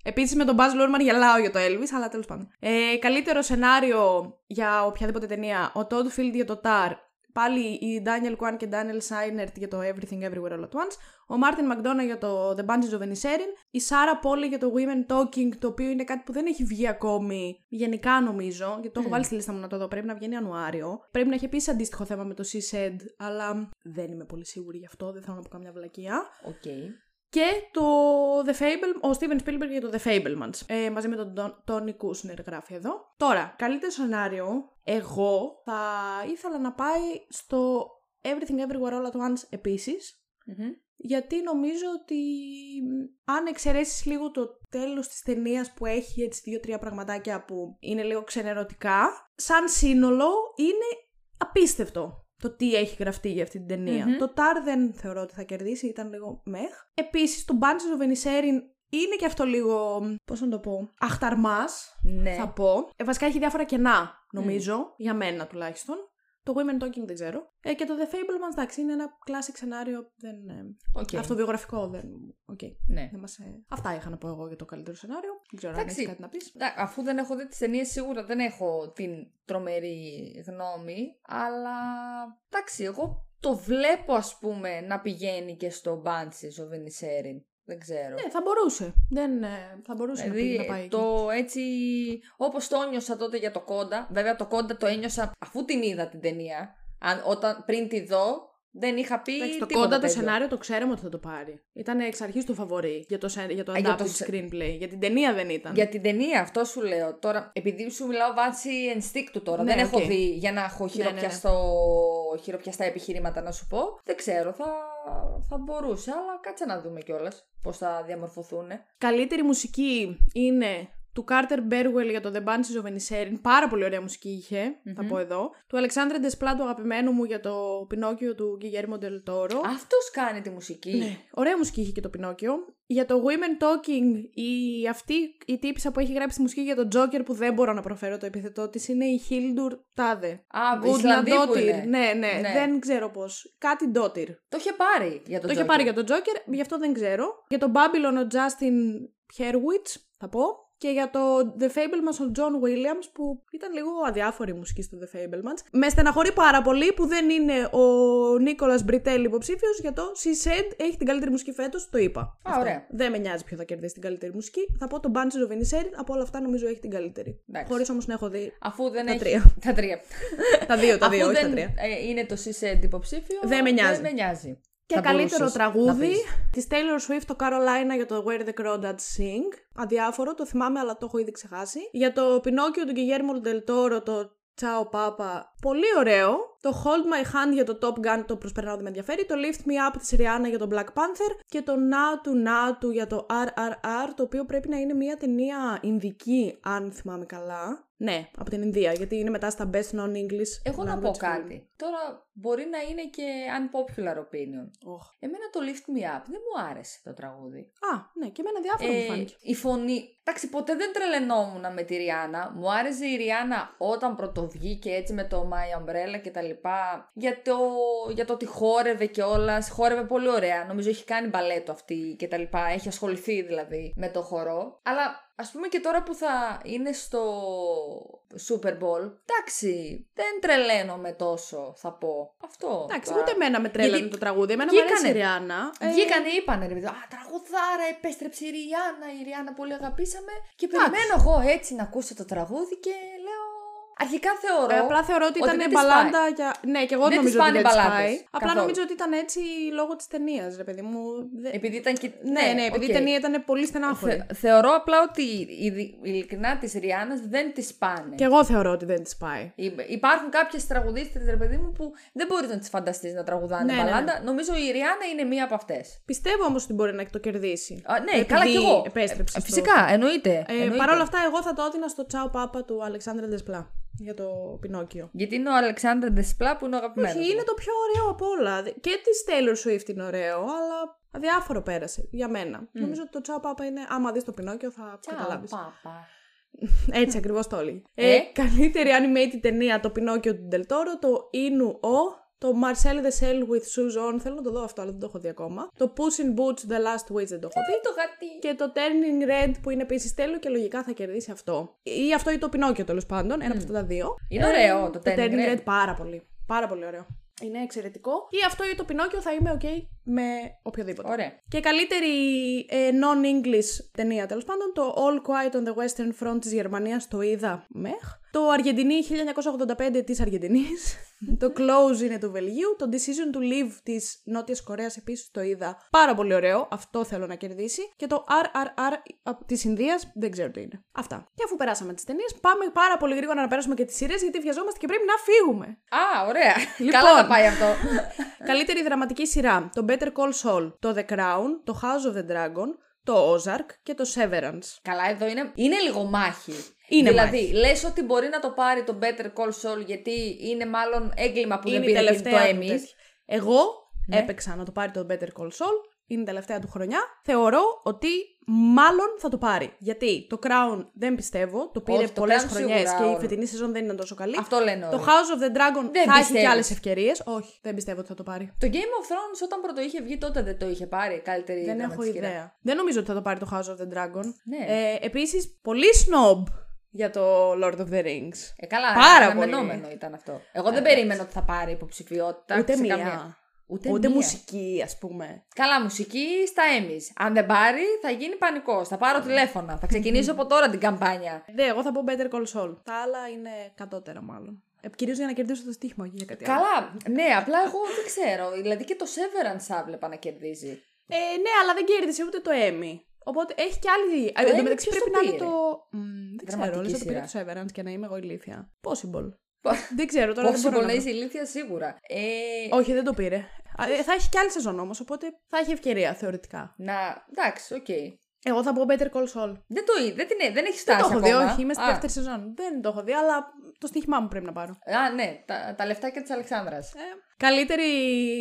Speaker 1: Επίσης με τον Buzz Lorman γελάω για το Elvis, αλλά τέλος πάντων. Ε, καλύτερο σενάριο για οποιαδήποτε ταινία. Ο Todd Field για το Tar. Πάλι οι Daniel Kwan και Daniel Seinert για το Everything Everywhere All At Once. Ο Martin McDonough για το The Bunches of Inisherin. Η Sarah Polly για το Women Talking, το οποίο είναι κάτι που δεν έχει βγει ακόμη. Γενικά νομίζω, γιατί το έχω βάλει στη λίστα μου να το δω. Πρέπει να βγαίνει Ιανουάριο. Πρέπει να έχει επίσης αντίστοιχο θέμα με το CSED, αλλά δεν είμαι πολύ σίγουρη γι' αυτό. Δεν θέλω να πω καμιά βλακεία.
Speaker 2: Οκ.
Speaker 1: Και το The Fable, ο Steven Spielberg για το The Fablemans. Ε, μαζί με τον Τον- Tony Κούσνερ γράφει εδώ. Τώρα, καλύτερο σενάριο, εγώ θα ήθελα να πάει στο Everything Everywhere All At Once επίσης.
Speaker 2: Μμμ.
Speaker 1: Γιατί νομίζω ότι μ, αν εξαιρέσεις λίγο το τέλος της ταινίας που έχει έτσι δύο-τρία πραγματάκια που είναι λίγο ξενερωτικά, σαν σύνολο είναι απίστευτο το τι έχει γραφτεί για αυτή την ταινια
Speaker 2: Μμμ.
Speaker 1: Το Τάρ δεν θεωρώ ότι θα κερδίσει, ήταν λίγο μεχ. Επίσης το Bunches of Inisherin είναι και αυτό λίγο, μ, πώς να το πω, αχταρμάς
Speaker 2: Ναι.
Speaker 1: θα πω. Ε, βασικά έχει διάφορα κενά, νομίζω, για μένα τουλάχιστον. Το Women Talking δεν ξέρω. Ε, και το The Fablemans, εντάξει, είναι ένα classic σενάριο. Δεν, ε,
Speaker 2: Οκ.
Speaker 1: Αυτοβιογραφικό δεν. Οκ.
Speaker 2: Ναι.
Speaker 1: Δεν μας, ε, Αυτά είχα να πω εγώ για το καλύτερο σενάριο. Δεν ξέρω
Speaker 2: Εντάξει.
Speaker 1: αν έχεις κάτι να πεις.
Speaker 2: Ντα- Αφού δεν έχω δει τις ταινίες, σίγουρα δεν έχω την τρομερή γνώμη. Αλλά εντάξει, εγώ το βλέπω ας πούμε να πηγαίνει και στο Banshees ο Βενισέριν. Δεν ξέρω.
Speaker 1: Ναι, θα μπορούσε. Δεν, ε, θα μπορούσε να πει-
Speaker 2: Δηλαδή
Speaker 1: να, πάει. εκεί.
Speaker 2: το έτσι, όπως το ένιωσα τότε για το Κόντα, βέβαια το Κόντα το ένιωσα αφού την είδα την ταινία, αν, όταν, πριν τη δω, δεν είχα πει
Speaker 1: Εντάξει, το
Speaker 2: τίποτα
Speaker 1: κόντα το
Speaker 2: τέτοιο.
Speaker 1: σενάριο το ξέρουμε ότι θα το πάρει. Ήταν εξ αρχής το φαβορή για το, σε- για το
Speaker 2: Α, Ε, για
Speaker 1: adapted
Speaker 2: το σε-
Speaker 1: screenplay. Για την ταινία δεν ήταν.
Speaker 2: Για την ταινία, αυτό σου λέω. Τώρα, επειδή σου μιλάω βάσει ενστίκτου τώρα,
Speaker 1: Ναι,
Speaker 2: δεν έχω
Speaker 1: οκ.
Speaker 2: δει για να έχω
Speaker 1: ναι, ναι.
Speaker 2: χειροπιαστό, χειροπιαστά επιχειρήματα να σου πω. Δεν ξέρω, θα, θα μπορούσε, αλλά κάτσε να δούμε κιόλας πώς θα διαμορφωθούν.
Speaker 1: Καλύτερη μουσική είναι του Κάρτερ Μπέρουελ για το The Banshees of Inisherin, πάρα πολύ ωραία μουσική είχε, θα πω εδώ, του Αλεξάνδρε Ντεσπλά του αγαπημένου μου για το Πινόκιο του Guillermo del Toro.
Speaker 2: Αυτός κάνει τη μουσική.
Speaker 1: Ναι, ωραία μουσική είχε και το Πινόκιο. Για το Women Talking, η, αυτή η τύπησα που έχει γράψει τη μουσική για τον Τζόκερ που δεν μπορώ να προφέρω το επιθετό της είναι η Χίλντουρ Τάδε.
Speaker 2: Α,
Speaker 1: Good
Speaker 2: Ισλανδή που
Speaker 1: Dottir.
Speaker 2: είναι.
Speaker 1: Ναι, ναι,
Speaker 2: Ναι.
Speaker 1: δεν ξέρω πώς. Κάτι Ντότιρ.
Speaker 2: Το είχε πάρει για τον
Speaker 1: Το είχε
Speaker 2: Joker.
Speaker 1: πάρει για τον Τζόκερ, γι' αυτό δεν ξέρω. Για τον Babylon ο Justin Herwitz, θα πω. Και για το The Fablemans ο John Williams που ήταν λίγο αδιάφορη η μουσική στο The Fablemans. Με στεναχωρεί πάρα πολύ που δεν είναι ο Νίκολας Μπριτέλ υποψήφιος για το She Said έχει την καλύτερη μουσική φέτος, το είπα. Α,
Speaker 2: ωραία.
Speaker 1: Δεν με νοιάζει ποιο θα κερδίσει την καλύτερη μουσική. Θα πω το Bunches of Inisherin, από όλα αυτά νομίζω έχει την καλύτερη.
Speaker 2: Εντάξει.
Speaker 1: Χωρίς όμως να έχω δει
Speaker 2: Αφού δεν
Speaker 1: Τα
Speaker 2: έχει.
Speaker 1: τρία.
Speaker 2: <laughs> Τα τρία.
Speaker 1: τα δύο, <laughs> τα
Speaker 2: Αφού
Speaker 1: δύο, όχι
Speaker 2: δεν
Speaker 1: τα τρία.
Speaker 2: ε, είναι το CSED υποψήφιο.
Speaker 1: Δεν με νοιάζει.
Speaker 2: Δεν με νοιάζει.
Speaker 1: Και
Speaker 2: Θα
Speaker 1: καλύτερο
Speaker 2: μπορούσες να
Speaker 1: τραγούδι
Speaker 2: πεις.
Speaker 1: της Taylor Swift, το Carolina για το Where the Crawdads Sing. Αδιάφορο, το θυμάμαι, αλλά το έχω ήδη ξεχάσει. Για το Pinocchio του Guillermo del Toro, το Ciao Papa. Πολύ ωραίο. Το Hold My Hand για το Top Gun, το προσπερνάω δεν με ενδιαφέρει. Το Lift Me Up της Rihanna για το Black Panther. Και το Na Tu Na Tu για το RRR, το οποίο πρέπει να είναι μια ταινία Ινδική, αν θυμάμαι καλά. Ναι, από την Ινδία, γιατί είναι μετά στα Best Non-English.
Speaker 2: Εγώ να πω
Speaker 1: language film.
Speaker 2: κάτι. Τώρα μπορεί να είναι και unpopular opinion.
Speaker 1: Οχ.
Speaker 2: Εμένα το Lift Me Up δεν μου άρεσε το τραγούδι.
Speaker 1: Α, ναι, και εμένα διάφορο μου
Speaker 2: Ε,
Speaker 1: φάνηκε.
Speaker 2: η φωνή. Εντάξει, ποτέ δεν τρελαινόμουν με τη Ριάννα. Μου άρεσε η Ριάννα όταν πρωτοβγήκε έτσι με το My Umbrella και τα λοιπά. Για το, για το ότι χόρευε και όλα. Χόρευε πολύ ωραία. Νομίζω έχει κάνει μπαλέτο αυτή και τα λοιπά. Έχει ασχοληθεί δηλαδή με το χορό. Αλλά ας πούμε και τώρα που θα είναι στο Super Bowl. Εντάξει, δεν τρελαίνομαι τόσο, θα πω. Αυτό.
Speaker 1: Εντάξει,
Speaker 2: Τώρα-
Speaker 1: ούτε εμένα με τρέλανε
Speaker 2: Γιατί
Speaker 1: το τραγούδι. Εμένα μου
Speaker 2: βγήκανε.
Speaker 1: αρέσει η Ριάννα. Ε,
Speaker 2: Βγήκανε, είπανε ρε παιδί, Α, τραγουδάρα, επέστρεψε η Ριάννα, η Ριάννα πολύ αγαπήσαμε. Και περιμένω εγώ έτσι να ακούσω το τραγούδι και λέω. Αρχικά θεωρώ.
Speaker 1: ε, απλά θεωρώ ότι
Speaker 2: Ότι
Speaker 1: ήταν
Speaker 2: δεν της
Speaker 1: μπαλάντα για. Ναι, και εγώ
Speaker 2: Δεν
Speaker 1: νομίζω
Speaker 2: της
Speaker 1: ότι δεν
Speaker 2: πάνε
Speaker 1: της
Speaker 2: μπαλάντες.
Speaker 1: πάει. Απλά
Speaker 2: Καθόλου.
Speaker 1: νομίζω ότι ήταν έτσι λόγω της ταινίας, ρε παιδί μου. Δε-
Speaker 2: Επειδή ήταν και.
Speaker 1: Ναι, ναι, επειδή η
Speaker 2: οκ.
Speaker 1: ταινία ήταν πολύ στενάχωρη.
Speaker 2: Θε- θεωρώ απλά ότι η δι- ειλικρινά της Ριάννα δεν της πάνε.
Speaker 1: Και εγώ θεωρώ ότι δεν της πάει.
Speaker 2: Υ- Υπάρχουν κάποιες τραγουδίστρες ρε παιδί μου, που δεν μπορεί να τις φανταστείς να τραγουδάνε
Speaker 1: Ναι, ναι, ναι.
Speaker 2: μπαλάντα. Νομίζω η Ριάννα είναι μία από αυτές.
Speaker 1: Πιστεύω όμως ότι μπορεί να το κερδίσει.
Speaker 2: ναι,
Speaker 1: Επειδή
Speaker 2: καλά κι εγώ.
Speaker 1: Επέστρεψε.
Speaker 2: Ε,
Speaker 1: στο-
Speaker 2: Φυσικά, εννοείται.
Speaker 1: Ε,
Speaker 2: εννοείται.
Speaker 1: Παρ' όλα αυτά, εγώ θα το έδινα στο Τσάου Πάπα του Αλεξάνδρε Ντεσπλά για το Πινόκιο.
Speaker 2: Γιατί είναι ο Αλεξάνδρα Ντεσπλά που είναι ο αγαπημένος.
Speaker 1: Όχι, είναι το πιο ωραίο από όλα. Δε- Και της Taylor Swift είναι ωραίο, αλλά αδιάφορο πέρασε για μένα. Νομίζω ότι το Τσάου Πάπα είναι. Άμα δεις το Πινόκιο θα καταλάβεις.
Speaker 2: πάπα.
Speaker 1: Έτσι ακριβώς το όλοι.
Speaker 2: Ε.
Speaker 1: Ε, καλύτερη animated ταινία το Πινόκιο του Ντελτόρο, το Inu O, το Marcel the Shell with Shoes On. Θέλω να το δω αυτό, αλλά δεν το έχω δει ακόμα. Το Puss in Boots The Last Witch δεν το έχω δει.
Speaker 2: Τι το γατί.
Speaker 1: Και το Turning Red που είναι επίσης τέλειο και λογικά θα κερδίσει αυτό. Ή αυτό ή το Πινόκιο τέλος πάντων, ένα από αυτά τα δύο.
Speaker 2: Είναι ωραίο το
Speaker 1: Το
Speaker 2: Turning Red.
Speaker 1: πάρα πολύ. Πάρα πολύ ωραίο. Είναι εξαιρετικό. Ή αυτό ή το Πινόκιο θα είμαι OK με οποιοδήποτε.
Speaker 2: Ωραία.
Speaker 1: Και καλύτερη ε, non-English ταινία τέλος πάντων, το All Quiet on the Western Front της Γερμανίας, το είδα μεχ. Το Αργεντινή 1985 της Αργεντινής. <laughs> το Close είναι του Βελγίου. Το Decision to Live της Νότιας Κορέας επίσης το είδα. Πάρα πολύ ωραίο, αυτό θέλω να κερδίσει. Και το RRR α, της Ινδίας, δεν ξέρω τι είναι. Αυτά. Και αφού περάσαμε τις ταινίες, πάμε πάρα πολύ γρήγορα να περάσουμε και τις σειρές γιατί βιαζόμαστε και πρέπει να φύγουμε.
Speaker 2: Α, ωραία.
Speaker 1: Λοιπόν.
Speaker 2: Καλά τα πάει αυτό.
Speaker 1: Καλύτερη δραματική σειρά. Το Better Call Saul, το The Crown, το House of the Dragon, το Ozark και το Severance.
Speaker 2: Καλά, εδώ είναι, είναι λίγο μάχη.
Speaker 1: Είναι
Speaker 2: δηλαδή, λες ότι μπορεί να το πάρει το Better Call Saul γιατί είναι μάλλον έγκλημα που
Speaker 1: Είναι η
Speaker 2: δεν πήρε το
Speaker 1: τελευταία του
Speaker 2: Emmy. Ναι.
Speaker 1: τέτοια. Εγώ έπαιξα να το πάρει το Better Call Saul. Είναι η τελευταία του χρονιά. Θεωρώ ότι μάλλον θα το πάρει. Γιατί το Crown δεν πιστεύω. Το πήρε
Speaker 2: Όχι, το
Speaker 1: πολλές
Speaker 2: Crown
Speaker 1: χρονιές
Speaker 2: σίγουρα
Speaker 1: και η
Speaker 2: όλο.
Speaker 1: φετινή σεζόν δεν ήταν τόσο καλή.
Speaker 2: Αυτό λένε
Speaker 1: Το
Speaker 2: όλοι.
Speaker 1: House of the Dragon
Speaker 2: Δεν
Speaker 1: θα έχει και
Speaker 2: πιστεύεις.
Speaker 1: άλλες ευκαιρίες. Όχι, δεν πιστεύω ότι θα το πάρει.
Speaker 2: Το Game of Thrones όταν πρώτο είχε βγει τότε δεν το είχε πάρει καλύτερη
Speaker 1: Δεν έχω
Speaker 2: δραματική σειρά.
Speaker 1: ιδέα. Δεν νομίζω ότι θα το πάρει το House of the Dragon.
Speaker 2: Ναι.
Speaker 1: Ε, Επίσης, πολύ snob για το Lord of the Rings.
Speaker 2: Ε, καλά,
Speaker 1: Πάρα πολύ. Ε,
Speaker 2: αναμενόμενο ήταν αυτό. Εγώ δεν περίμενα ότι θα πάρει υποψηφιότητα.
Speaker 1: Ούτε
Speaker 2: σε
Speaker 1: μία.
Speaker 2: καμία. Ούτε,
Speaker 1: Ούτε
Speaker 2: μία.
Speaker 1: μουσική, ας πούμε.
Speaker 2: Καλά, μουσική στα Emmys. Αν δεν πάρει, θα γίνει πανικός. Θα
Speaker 1: Ναι.
Speaker 2: πάρω τηλέφωνα. Θα ξεκινήσω από τώρα την καμπάνια.
Speaker 1: Δε, εγώ θα πω Better Call Saul. Τα άλλα είναι κατώτερα, μάλλον. Ε, Κυρίως για να κερδίσω το στοίχημα, όχι για κάτι άλλο.
Speaker 2: Καλά, ναι, απλά εγώ δεν ξέρω. Δηλαδή και το Severance θα βλέπα να κερδίζει.
Speaker 1: Ε, ναι, αλλά δεν κέρδισε ούτε το Emmy. Οπότε έχει και άλλη. Ε, Εν τω
Speaker 2: Emmy
Speaker 1: μεταξύ
Speaker 2: ποιος
Speaker 1: πρέπει
Speaker 2: το
Speaker 1: να είναι το.
Speaker 2: πήρε?
Speaker 1: Μμ, δεν ξέρω,
Speaker 2: Δραματική
Speaker 1: όλες θα το πήρε το
Speaker 2: σειρά.
Speaker 1: Severance και να είμαι εγώ ηλίθια. Possible. δεν ξέρω τώρα. δεν
Speaker 2: Όσο
Speaker 1: μπορώ
Speaker 2: μπορεί
Speaker 1: να
Speaker 2: να
Speaker 1: βρω.
Speaker 2: είσαι ηλίθια, σίγουρα. Ε,
Speaker 1: Όχι, δεν το πήρε. Α, ε, Θα έχει και άλλη σεζόν όμως, οπότε θα έχει ευκαιρία θεωρητικά.
Speaker 2: να. Εντάξει, οκ.
Speaker 1: Εγώ θα πω Better Call Saul.
Speaker 2: Δεν το είδε, δεν, την έ- δεν έχει
Speaker 1: Δεν
Speaker 2: στάσει
Speaker 1: το έχω
Speaker 2: ακόμα.
Speaker 1: δει, όχι. Είμαι στη
Speaker 2: Α,
Speaker 1: δεύτερη σεζόν. Δεν το έχω δει, αλλά το στοίχημά μου πρέπει να πάρω. Ε,
Speaker 2: Α, ναι, τα, τα λεφτάκια της Αλεξάνδρας.
Speaker 1: Καλύτερη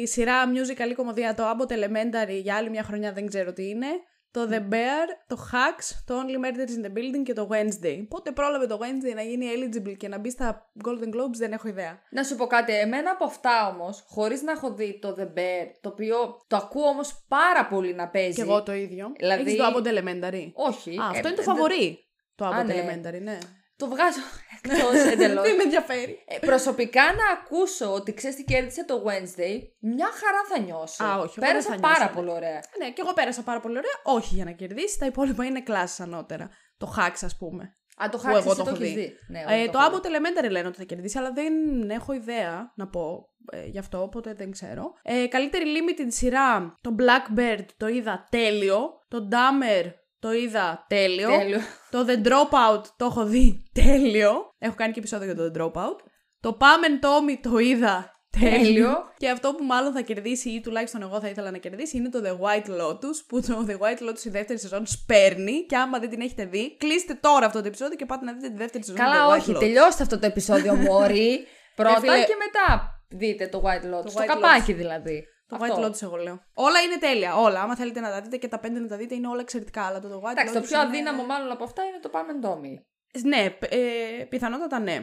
Speaker 1: σειρά musical ή κομμωδία το Abbott Elementary για άλλη μια χρονιά δεν ξέρω τι είναι. Το The Bear, το Hacks, το Only Murders in the Building και το Wednesday. Πότε πρόλαβε το Wednesday να γίνει eligible και να μπει στα Golden Globes δεν έχω ιδέα.
Speaker 2: Να σου πω κάτι, εμένα από αυτά όμως, χωρίς να έχω δει το The Bear, το οποίο το ακούω όμως πάρα πολύ να παίζει.
Speaker 1: Και εγώ το ίδιο.
Speaker 2: Δηλαδή-
Speaker 1: Έχεις το Abbott Elementary.
Speaker 2: Όχι.
Speaker 1: Α, αυτό
Speaker 2: ε,
Speaker 1: είναι το
Speaker 2: δεν-
Speaker 1: φαβορή. Το
Speaker 2: Α,
Speaker 1: Abbott
Speaker 2: ναι.
Speaker 1: Elementary, ναι.
Speaker 2: Το βγάζω <laughs> εκτός εντελώς.
Speaker 1: <laughs> Δεν με ενδιαφέρει.
Speaker 2: Ε, προσωπικά να ακούσω ότι ξέρεις τι κέρδισε το Wednesday, μια χαρά θα νιώσω.
Speaker 1: Α, όχι, εγώ δεν
Speaker 2: Πέρασα
Speaker 1: θα νιώσω,
Speaker 2: πάρα
Speaker 1: ναι.
Speaker 2: πολύ ωραία.
Speaker 1: Ναι, και εγώ πέρασα πάρα πολύ ωραία. Όχι για να κερδίσει, τα υπόλοιπα είναι κλάσει ανώτερα. Το Hacks, ας πούμε.
Speaker 2: Αν το
Speaker 1: Που
Speaker 2: χάξεις,
Speaker 1: εγώ
Speaker 2: εσύ
Speaker 1: το
Speaker 2: το
Speaker 1: έχω
Speaker 2: έχεις
Speaker 1: δει.
Speaker 2: δει. Ναι,
Speaker 1: Ε,
Speaker 2: εγώ
Speaker 1: το
Speaker 2: έχω δει.
Speaker 1: Abbott Elementary λένε ότι θα κερδίσει, αλλά δεν έχω ιδέα να πω ε, γι' αυτό, οπότε δεν ξέρω. Ε, καλύτερη limited σειρά, το Blackbird το είδα τέλειο. Το Dahmer το είδα τέλειο. <laughs>
Speaker 2: Τέλειο.
Speaker 1: Το The Dropout το έχω δει τέλειο. Έχω κάνει και επεισόδιο για το The Dropout. Το Pam and Tommy το είδα
Speaker 2: Τέλειο.
Speaker 1: τέλειο. και αυτό που μάλλον θα κερδίσει ή τουλάχιστον εγώ θα ήθελα να κερδίσει είναι το The White Lotus που το The White Lotus η δεύτερη σεζόν σπέρνει και άμα δεν την έχετε δει κλείστε τώρα αυτό το επεισόδιο και πάτε να δείτε τη δεύτερη σεζόν του
Speaker 2: Καλά,
Speaker 1: The White
Speaker 2: όχι,
Speaker 1: Lotus.
Speaker 2: τελειώστε αυτό το επεισόδιο,
Speaker 1: <laughs>
Speaker 2: Μωρή.
Speaker 1: Ρε
Speaker 2: Πρώτα
Speaker 1: φίλε-
Speaker 2: και μετά δείτε το White Lotus. Το,
Speaker 1: White Lotus.
Speaker 2: καπάκι δηλαδή.
Speaker 1: Το
Speaker 2: Αυτό.
Speaker 1: White Lotus εγώ λέω. Όλα είναι τέλεια, όλα. Άμα θέλετε να τα δείτε και τα πέντε να τα δείτε είναι όλα εξαιρετικά, αλλά το The White
Speaker 2: Εντάξει, το
Speaker 1: Lotus
Speaker 2: πιο
Speaker 1: είναι-
Speaker 2: αδύναμο μάλλον από αυτά είναι το Pam and Tommy.
Speaker 1: Ναι, π- ε, πιθανότατα ναι.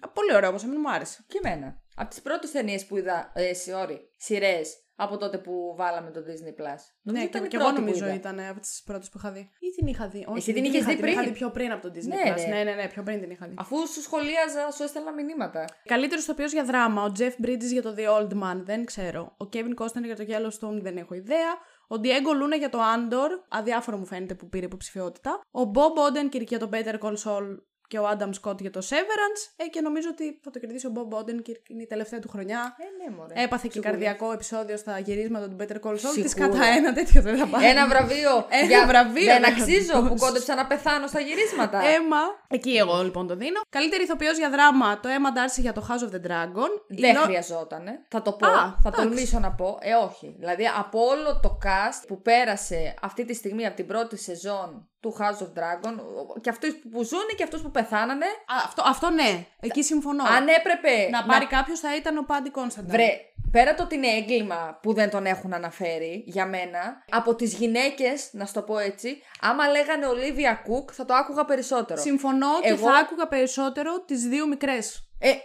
Speaker 1: Α, Πολύ ωραίο όμως, εμένα μου άρεσε.
Speaker 2: Και εμένα. Από τις πρώτες ταινίες που είδα. Ε, sorry, σειρές από τότε που βάλαμε το Disney Plus.
Speaker 1: Ναι,
Speaker 2: Νομίζω
Speaker 1: και,
Speaker 2: ήταν η
Speaker 1: και εγώ
Speaker 2: πρώτη που
Speaker 1: νομίζω
Speaker 2: είδα.
Speaker 1: ήταν ε, από τις πρώτες που είχα δει. Ή την είχα δει. Όχι,
Speaker 2: Εσύ την
Speaker 1: δεν
Speaker 2: είχες
Speaker 1: είχα,
Speaker 2: δει
Speaker 1: την είχα
Speaker 2: πριν.
Speaker 1: δει πιο πριν από τον Disney
Speaker 2: Ναι,
Speaker 1: Plus.
Speaker 2: ναι.
Speaker 1: Ναι, ναι, ναι, πιο πριν την είχα δει.
Speaker 2: Αφού σου σχολίαζα, σου έστελνα μηνύματα.
Speaker 1: Καλύτερος ηθοποιός για δράμα, ο Jeff Bridges για το The Old Man, δεν ξέρω. Ο Kevin Costner για το Yellowstone, δεν έχω ιδέα. Ο Diego Luna για το Andor, αδιάφορο μου φαίνεται που πήρε υποψηφιότητα. Ο Bob Odenkirk για το Better Call Saul και ο Adam Scott για το Severance. Ε, και νομίζω ότι θα το κερδίσει ο Bob Odenkirk, είναι η τελευταία του χρονιά.
Speaker 2: Ε, ναι, μωρέ.
Speaker 1: Έπαθε και
Speaker 2: Σίγουρα.
Speaker 1: καρδιακό επεισόδιο στα γυρίσματα του Better Call Saul. Της
Speaker 2: Σίγουρα.
Speaker 1: κατά ένα τέτοιο δεν θα πάρει.
Speaker 2: Ένα βραβείο.
Speaker 1: Ένα
Speaker 2: για-
Speaker 1: βραβείο Ε,
Speaker 2: Ε, Δεν
Speaker 1: να
Speaker 2: αξίζω
Speaker 1: δώσεις.
Speaker 2: που κόντεψα να πεθάνω στα γυρίσματα.
Speaker 1: Έμα. Εκεί εγώ λοιπόν το δίνω. Καλύτερη ηθοποιός για δράμα, το Emma Darcy για το House of the Dragon. Η
Speaker 2: Δεν
Speaker 1: Λο-
Speaker 2: χρειαζότανε. Θα το πω.
Speaker 1: Α,
Speaker 2: θα
Speaker 1: εντάξει.
Speaker 2: τολμήσω να πω. Ε, όχι. Δηλαδή, από όλο το cast που πέρασε αυτή τη στιγμή από την πρώτη σεζόν του House of Dragon, και αυτού που ζουν και αυτούς που πεθάνανε,
Speaker 1: Α, αυτό, αυτό ναι, εκεί συμφωνώ.
Speaker 2: αν έπρεπε
Speaker 1: να πάρει κάποιος θα ήταν ο Πάντι Κόνσταντιν.
Speaker 2: Βρε, πέρα το ότι είναι έγκλημα που δεν τον έχουν αναφέρει για μένα, από τις γυναίκες, να σου το πω έτσι, άμα λέγανε Ολίβια Κουκ θα το άκουγα περισσότερο.
Speaker 1: Συμφωνώ και
Speaker 2: Εγώ-
Speaker 1: θα άκουγα περισσότερο τις δύο μικρές.
Speaker 2: Ε,
Speaker 1: Ε,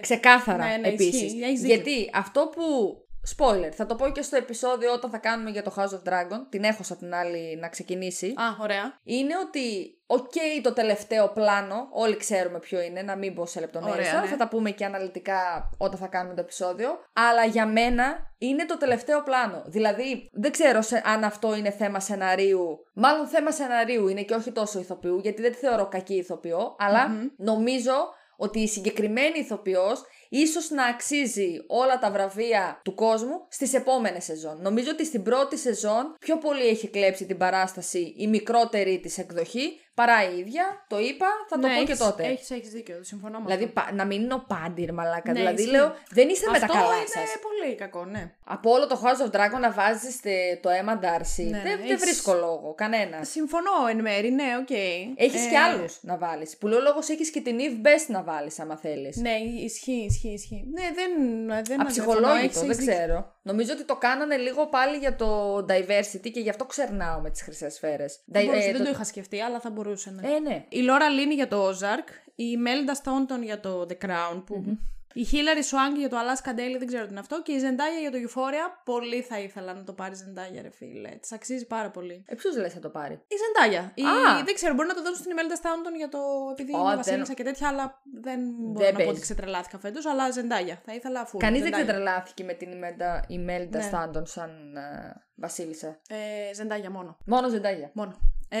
Speaker 2: ξεκάθαρα
Speaker 1: ναι, ναι,
Speaker 2: επίσης.
Speaker 1: ισχύει, έχεις δίκιο.
Speaker 2: Γιατί αυτό που... Spoiler, θα το πω και στο επεισόδιο όταν θα κάνουμε για το House of Dragon, την έχω σαν την άλλη να ξεκινήσει.
Speaker 1: α, ωραία.
Speaker 2: Είναι ότι, οκ, το τελευταίο πλάνο, όλοι ξέρουμε ποιο είναι, να μην πω σε λεπτομέρειες
Speaker 1: Ωραία,
Speaker 2: τώρα,
Speaker 1: ναι.
Speaker 2: θα τα πούμε και αναλυτικά όταν θα κάνουμε το επεισόδιο. Αλλά για μένα είναι το τελευταίο πλάνο. Δηλαδή, δεν ξέρω σε, αν αυτό είναι θέμα σεναρίου. Μάλλον θέμα σεναρίου είναι και όχι τόσο ηθοποιού, γιατί δεν τη θεωρώ κακή ηθοποιό, αλλά νομίζω ότι η συγκεκριμένη ηθοποιός ίσως να αξίζει όλα τα βραβεία του κόσμου στις επόμενες σεζόν. Νομίζω ότι στην πρώτη σεζόν πιο πολύ έχει κλέψει την παράσταση η μικρότερη της εκδοχή παρά η ίδια, το είπα, θα το
Speaker 1: ναι,
Speaker 2: πω
Speaker 1: έχεις-
Speaker 2: και τότε.
Speaker 1: Έχεις, έχεις δίκιο, συμφωνώ με
Speaker 2: Δηλαδή
Speaker 1: αυτό.
Speaker 2: πα- να μην είναι ο πάντυρ μαλάκα,
Speaker 1: Ναι,
Speaker 2: δηλαδή
Speaker 1: ισχύει.
Speaker 2: λέω δεν είστε με τα
Speaker 1: Αυτό
Speaker 2: καλά
Speaker 1: είναι
Speaker 2: σας.
Speaker 1: πολύ κακό, ναι.
Speaker 2: Από όλο το House of Dragon να βάζεις τε- το αίμα Darcy,
Speaker 1: Ναι,
Speaker 2: δεν, δεν
Speaker 1: έχεις-
Speaker 2: βρίσκω λόγο, κανένας.
Speaker 1: Συμφωνώ εν μέρη, ναι, οκ.
Speaker 2: Έχεις
Speaker 1: Ε,
Speaker 2: και άλλους να βάλεις. Που λέω λόγος έχεις και την Eve Best να βάλεις άμα θέλεις.
Speaker 1: Ναι, ισχύει, ισχύει, ισχύει. Ναι, δεν. δεν διαφωνώ, έχεις-
Speaker 2: Αψυχολόγητο, δεν
Speaker 1: έχεις δίκιο.
Speaker 2: ξέρω. Νομίζω ότι το κάνανε λίγο πάλι για το diversity και γι' αυτό ξερνάω με τις χρυσές σφαίρες.
Speaker 1: Δεν,
Speaker 2: Δι-
Speaker 1: μπορούσε,
Speaker 2: ε,
Speaker 1: δεν το είχα σκεφτεί, αλλά θα μπορούσε να.
Speaker 2: Ε, ναι.
Speaker 1: Η Λόρα Λίνι για το Ozark, η Μέλντα Στόντον για το The Crown, που... η Χίλαρη Σουάνγκ για το Alaska Daily, δεν ξέρω τι είναι αυτό, και η Ζεντάγια για το Euphoria, πολύ θα ήθελα να το πάρει Ζεντάγια, ρε φίλε. Της αξίζει πάρα πολύ.
Speaker 2: Ε, ποιος λες θα το πάρει.
Speaker 1: Η Ζεντάγια. Η...
Speaker 2: Α.
Speaker 1: Δεν ξέρω, μπορεί να το δώσω στην Μέλντα Στόντον για το. επειδή
Speaker 2: Ω,
Speaker 1: είναι
Speaker 2: δεν-
Speaker 1: Βασίλισσα και τέτοια, αλλά δεν μπορώ να πω
Speaker 2: παίζει.
Speaker 1: ότι ξετρελάθηκα φέτος, αλλά Ζεντάγια. Θα ήθελα αφού.
Speaker 2: Κανείς δεν ξετρελάθηκε με την Imelda, Imelda
Speaker 1: Ναι.
Speaker 2: Stanton σαν ε, βασίλισσα.
Speaker 1: Ε, Ζεντάγια μόνο.
Speaker 2: Μόνο ζεντάγια.
Speaker 1: Μόνο. Ε,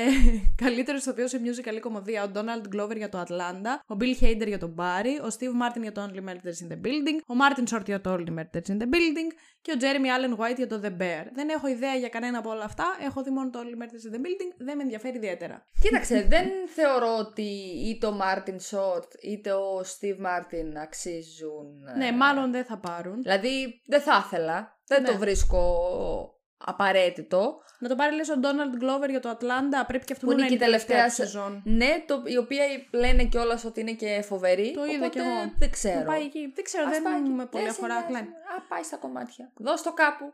Speaker 1: καλύτερος ηθοποιός σε musical ή κομμωδία, ο Donald Glover για το Ατλάντα, ο Bill Hader για τον Barry, ο Steve Martin για το Only Murders in the Building, ο Martin Short για το Only Murders in the Building και ο Jeremy Allen White για το The Bear. Δεν έχω ιδέα για κανένα από όλα αυτά. Έχω δει μόνο το Only Murders in the Building, δεν με ενδιαφέρει ιδιαίτερα.
Speaker 2: Κοίταξε, δεν θεωρώ ότι είτε ο Martin Short είτε ο Steve Martin αξίζουν. ε,
Speaker 1: Ναι, μάλλον δεν θα πάρουν.
Speaker 2: Δηλαδή δεν θα ήθελα. Δεν
Speaker 1: Ναι.
Speaker 2: το βρίσκω απαραίτητο.
Speaker 1: Να τον πάρει λες ο Ντόναλντ Γκλόβερ για το Ατλάντα. Πρέπει και αυτό
Speaker 2: Που
Speaker 1: να
Speaker 2: είναι και η
Speaker 1: η
Speaker 2: τελευταία σε-
Speaker 1: σεζόν.
Speaker 2: Ναι, το, η οποία λένε κιόλας ότι είναι και φοβερή.
Speaker 1: Το είδα
Speaker 2: οπότε
Speaker 1: κι εγώ.
Speaker 2: Δεν ξέρω.
Speaker 1: Να πάει εκεί. Δεν ξέρω,
Speaker 2: Ας πάει
Speaker 1: δεν
Speaker 2: εκεί.
Speaker 1: με πολύ
Speaker 2: Δεν
Speaker 1: αφορά.
Speaker 2: σε νοιάζει.
Speaker 1: Klein.
Speaker 2: Α, πάει στα κομμάτια. Δώσ' το
Speaker 1: <laughs>
Speaker 2: κάπου.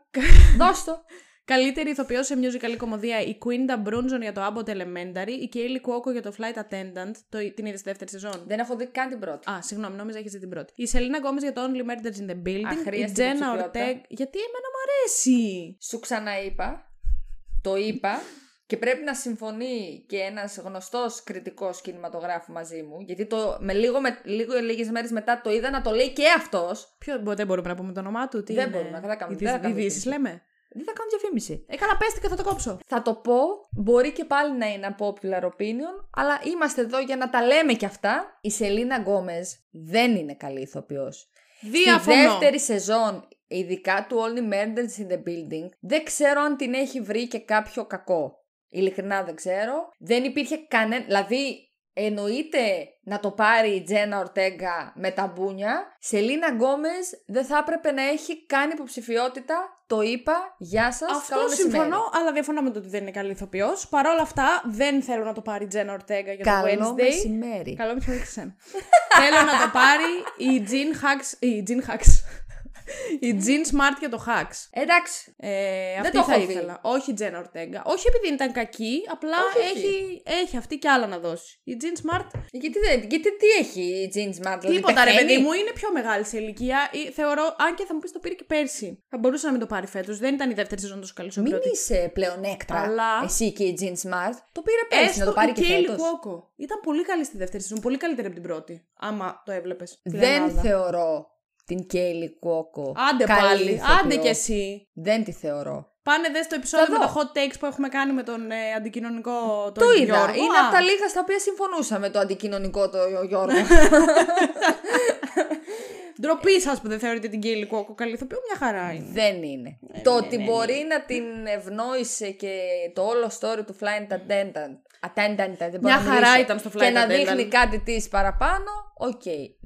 Speaker 2: Δώσ' το.
Speaker 1: Καλύτερη ηθοποιός σε musical κομμωδία η Quinta Brunson για το Abbott Elementary, η Kaylee Cuoco για το Flight Attendant, το, την είδες στη δεύτερη σεζόν.
Speaker 2: Δεν έχω δει καν την πρώτη.
Speaker 1: Α, συγγνώμη, νόμιζα έχεις δει την πρώτη. Η Σελίνα Γκόμε για το Only Murders in the Building. η
Speaker 2: Αχρίαστη
Speaker 1: Τζένα
Speaker 2: υποψηφιότητα.
Speaker 1: Ορτέγ. Γιατί εμένα μου αρέσει.
Speaker 2: Σου ξαναείπα, το είπα και πρέπει να συμφωνεί και ένας γνωστός κριτικός κινηματογράφου μαζί μου γιατί το, με λίγο, με, λίγο λίγες μέρες μετά το είδα να το λέει και αυτός
Speaker 1: Ποιο, μπο- δεν μπορούμε να πούμε το όνομά του. Τι
Speaker 2: Δεν
Speaker 1: είναι?
Speaker 2: μπορούμε, δεν θα κάνουμε-
Speaker 1: Ειδήσεις-
Speaker 2: δεν θα κάνουμε
Speaker 1: ειδήσεις
Speaker 2: τέτοια.
Speaker 1: λέμε.
Speaker 2: δεν θα κάνω διαφήμιση.
Speaker 1: Ε, καλά, πέστε και θα το κόψω.
Speaker 2: Θα το πω, μπορεί και πάλι να είναι popular opinion, αλλά είμαστε εδώ για να τα λέμε κι αυτά. Η Σελίνα Γκόμες δεν είναι καλή ηθοποιός. Στη
Speaker 1: Διαφωνώ.
Speaker 2: δεύτερη σεζόν, ειδικά του Only Murders in the Building, δεν ξέρω αν την έχει βρει και κάποιο κακό. Ειλικρινά δεν ξέρω. Δεν υπήρχε κανένα. Δηλαδή, εννοείται να το πάρει η Τζένα Ορτέγκα με τα μπούνια. Σελίνα Γκόμες δεν θα έπρεπε να έχει καν υποψηφιότητα. Το είπα. Γεια σας.
Speaker 1: Αυτό συμφωνώ, αλλά διαφωνώ με το ότι δεν είναι καλή ηθοποιός. Παρ' όλα αυτά, δεν θέλω να το πάρει η Τζένα Ορτέγκα για το
Speaker 2: Καλό
Speaker 1: Wednesday.
Speaker 2: μεσημέρι.
Speaker 1: Καλό μεσημέρι και σε
Speaker 2: <laughs>
Speaker 1: σένα. Θέλω να το πάρει η Jean Hacks. Η Jean Hacks. <laughs> η Jean Smart για το Hacks.
Speaker 2: Εντάξει.
Speaker 1: Ε, αυτή
Speaker 2: το έχω
Speaker 1: θα
Speaker 2: δει.
Speaker 1: ήθελα. Όχι η Τζένα Ορτέγκα. Όχι επειδή ήταν κακή, απλά
Speaker 2: Όχι, όχι.
Speaker 1: έχει, έχει αυτή κι άλλα να δώσει. Η Jean Smart.
Speaker 2: Γιατί, δεν- γιατί τι έχει η Jean Smart, δηλαδή
Speaker 1: Τίποτα ρε
Speaker 2: πεθαίνει?
Speaker 1: παιδί μου, είναι πιο μεγάλη σε ηλικία. Ή, θεωρώ, αν και θα μου πεις το πήρε και πέρσι. Θα μπορούσε να μην το πάρει φέτος. Δεν ήταν η δεύτερη σεζόν τόσο καλή όσο η
Speaker 2: Μην
Speaker 1: πρώτη.
Speaker 2: είσαι πλέον έκτρα.
Speaker 1: Αλλά-
Speaker 2: Εσύ και η Jean Smart. Το πήρε πέρσι να
Speaker 1: Έστω
Speaker 2: το πάρει
Speaker 1: η
Speaker 2: και
Speaker 1: Κέιλι
Speaker 2: φέτος.
Speaker 1: Κουόκο. Ήταν πολύ καλή στη δεύτερη σεζόν. Πολύ καλύτερη από την πρώτη. Άμα το έβλεπες.
Speaker 2: Δεν θεωρώ την Κέιλι Κουόκο.
Speaker 1: Άντε
Speaker 2: καλή
Speaker 1: πάλι.
Speaker 2: ηθοποιό.
Speaker 1: Άντε κι εσύ.
Speaker 2: Δεν τη θεωρώ.
Speaker 1: Πάνε δε το επεισόδιο
Speaker 2: Θα
Speaker 1: με τα
Speaker 2: δω.
Speaker 1: hot takes που έχουμε κάνει με τον ε, αντικοινωνικό. Τον
Speaker 2: Το είδα.
Speaker 1: Γιώργο.
Speaker 2: Είναι
Speaker 1: Α,
Speaker 2: από τα λίγα στα οποία συμφωνούσαμε το αντικοινωνικό το
Speaker 1: <laughs>
Speaker 2: Γιώργο.
Speaker 1: Ναι, Ντροπή σας που δεν θεωρείτε την Κέιλι Κουόκο καλή ηθοποιό. Μια χαρά είναι.
Speaker 2: Δεν είναι.
Speaker 1: ναι,
Speaker 2: το ότι μπορεί να την ευνόησε και το όλο story του Flying Attendant. Attendant δεν μπορώ
Speaker 1: Μια
Speaker 2: να μιλήσω.
Speaker 1: χαρά ήταν στο
Speaker 2: Και
Speaker 1: Flying
Speaker 2: να
Speaker 1: Attendant.
Speaker 2: δείχνει κάτι της παραπάνω. Οκ.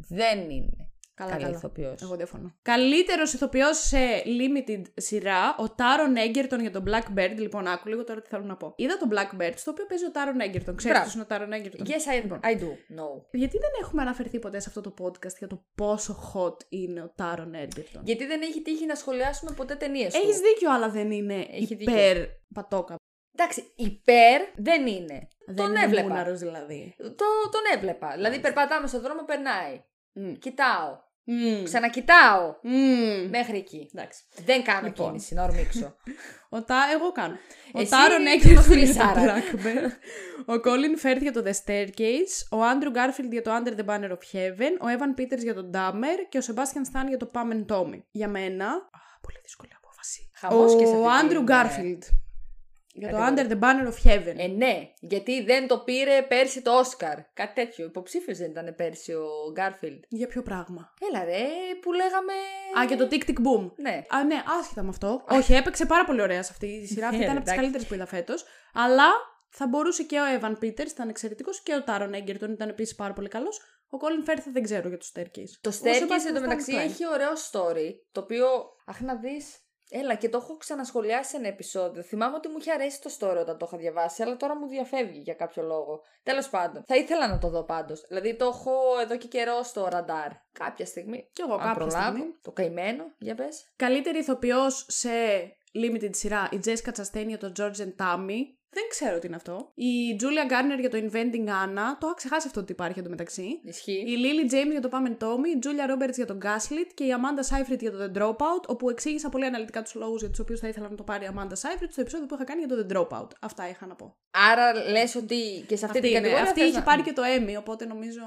Speaker 2: Δεν είναι.
Speaker 1: Καλά,
Speaker 2: καλή
Speaker 1: καλά.
Speaker 2: ηθοποιός.
Speaker 1: Εγώ διαφωνώ. Καλύτερος ηθοποιός σε limited σειρά, ο Τάρον Έγκερτον για τον Blackbird. Λοιπόν, άκου λίγο τώρα τι θέλω να πω. Είδα τον Blackbird, στο οποίο παίζει ο Τάρον Έγκερτον. Ξέρεις
Speaker 2: Μπράβο.
Speaker 1: ποιος είναι ο Τάρον Έγκερτον.
Speaker 2: Yes, I, I do. No.
Speaker 1: Γιατί δεν έχουμε αναφερθεί ποτέ σε αυτό το podcast για το πόσο hot είναι ο Τάρον Έγκερτον.
Speaker 2: Γιατί δεν έχει τύχει να σχολιάσουμε ποτέ ταινίες.
Speaker 1: Έχεις δίκιο, αλλά δεν είναι
Speaker 2: Έχει δίκιο.
Speaker 1: υπερ πατόκα.
Speaker 2: Εντάξει, υπέρ δεν είναι.
Speaker 1: δεν
Speaker 2: τον
Speaker 1: είναι
Speaker 2: έβλεπα.
Speaker 1: μούναρος, δηλαδή.
Speaker 2: Το, τον έβλεπα. Δηλαδή, περπατάμε στον δρόμο, περνάει.
Speaker 1: Μμ.
Speaker 2: Κοιτάω.
Speaker 1: Μμμ.
Speaker 2: Ξανακοιτάω.
Speaker 1: Μμμ.
Speaker 2: Μέχρι εκεί.
Speaker 1: Εντάξει.
Speaker 2: Δεν κάνω
Speaker 1: Λοιπόν.
Speaker 2: κίνηση, να ορμήξω.
Speaker 1: Ο Τα... Εγώ κάνω. Ο
Speaker 2: Εσύ
Speaker 1: Τάρον
Speaker 2: είναι
Speaker 1: Έγκερτον
Speaker 2: γνωστή
Speaker 1: για το
Speaker 2: Σάρα.
Speaker 1: Blackbird. ο Colin Firth για το The Staircase. Ο Andrew Garfield για το Under the Banner of Heaven. Ο Evan Peters για τον Dahmer. Και ο Sebastian Stan για το Pam and Tommy. Για μένα... Α, πολύ δύσκολη απόφαση.
Speaker 2: Χαμός και σε
Speaker 1: ο
Speaker 2: αυτή
Speaker 1: Andrew
Speaker 2: την,
Speaker 1: Garfield. Για το Under
Speaker 2: κατηγορία.
Speaker 1: the Banner of Heaven.
Speaker 2: ε, ναι, γιατί δεν το πήρε πέρσι το Όσκαρ. Κάτι τέτοιο. Υποψήφιος δεν ήταν πέρσι ο Γκάρφιλντ.
Speaker 1: Για ποιο πράγμα.
Speaker 2: Έλα ρε, που λέγαμε.
Speaker 1: Α, για το Tick Tick Boom.
Speaker 2: Ναι.
Speaker 1: Α, ναι, άσχετα με αυτό. Όχι, έπαιξε πάρα πολύ ωραία σε αυτή η σειρά. Αυτή
Speaker 2: Ε,
Speaker 1: ήταν από τις
Speaker 2: εντάξει.
Speaker 1: καλύτερες που είδα φέτος. Αλλά θα μπορούσε και ο Evan Peters, ήταν εξαιρετικός, και ο Τάρον Έγκερτον ήταν επίσης πάρα πολύ καλός. Ο Colin Firth δεν ξέρω για το Staircase.
Speaker 2: Το
Speaker 1: Ο
Speaker 2: Staircase
Speaker 1: Sebastian
Speaker 2: εντωμεταξύ
Speaker 1: Stan
Speaker 2: έχει ωραίο story, το οποίο, αχ να δεις, έλα και το έχω ξανασχολιάσει σε ένα επεισόδιο. Θυμάμαι ότι μου είχε αρέσει το story όταν το είχα διαβάσει, αλλά τώρα μου διαφεύγει για κάποιο λόγο. Τέλος πάντων, θα ήθελα να το δω πάντως. Δηλαδή το έχω εδώ και καιρό στο ραντάρ. Κάποια στιγμή,
Speaker 1: Κι εγώ
Speaker 2: αν
Speaker 1: κάποια
Speaker 2: προλάβω,
Speaker 1: στιγμή.
Speaker 2: το καημένο, για πες.
Speaker 1: Καλύτερη ηθοποιός σε limited σειρά, η Jessica Chastain για το George and Tammy. Δεν ξέρω τι είναι αυτό. Η Julia Garner για το Inventing Anna. Το είχα ξεχάσει αυτό ότι υπάρχει εντωμεταξύ.
Speaker 2: Ισχύει.
Speaker 1: Η Lily James για το Pam and Tommy, η Julia Roberts για τον Gaslit και η Amanda Seyfried για το The Dropout, όπου εξήγησα πολύ αναλυτικά τους λόγους για τους οποίους θα ήθελα να το πάρει η Amanda Seyfried στο επεισόδιο που είχα κάνει για το The Dropout. Αυτά είχα να πω.
Speaker 2: Άρα λες ότι και σε αυτή,
Speaker 1: Αυτή,
Speaker 2: την
Speaker 1: είναι.
Speaker 2: κατηγορία
Speaker 1: Αυτή
Speaker 2: θες
Speaker 1: είχε
Speaker 2: να-
Speaker 1: πάρει και το Emmy, οπότε νομίζω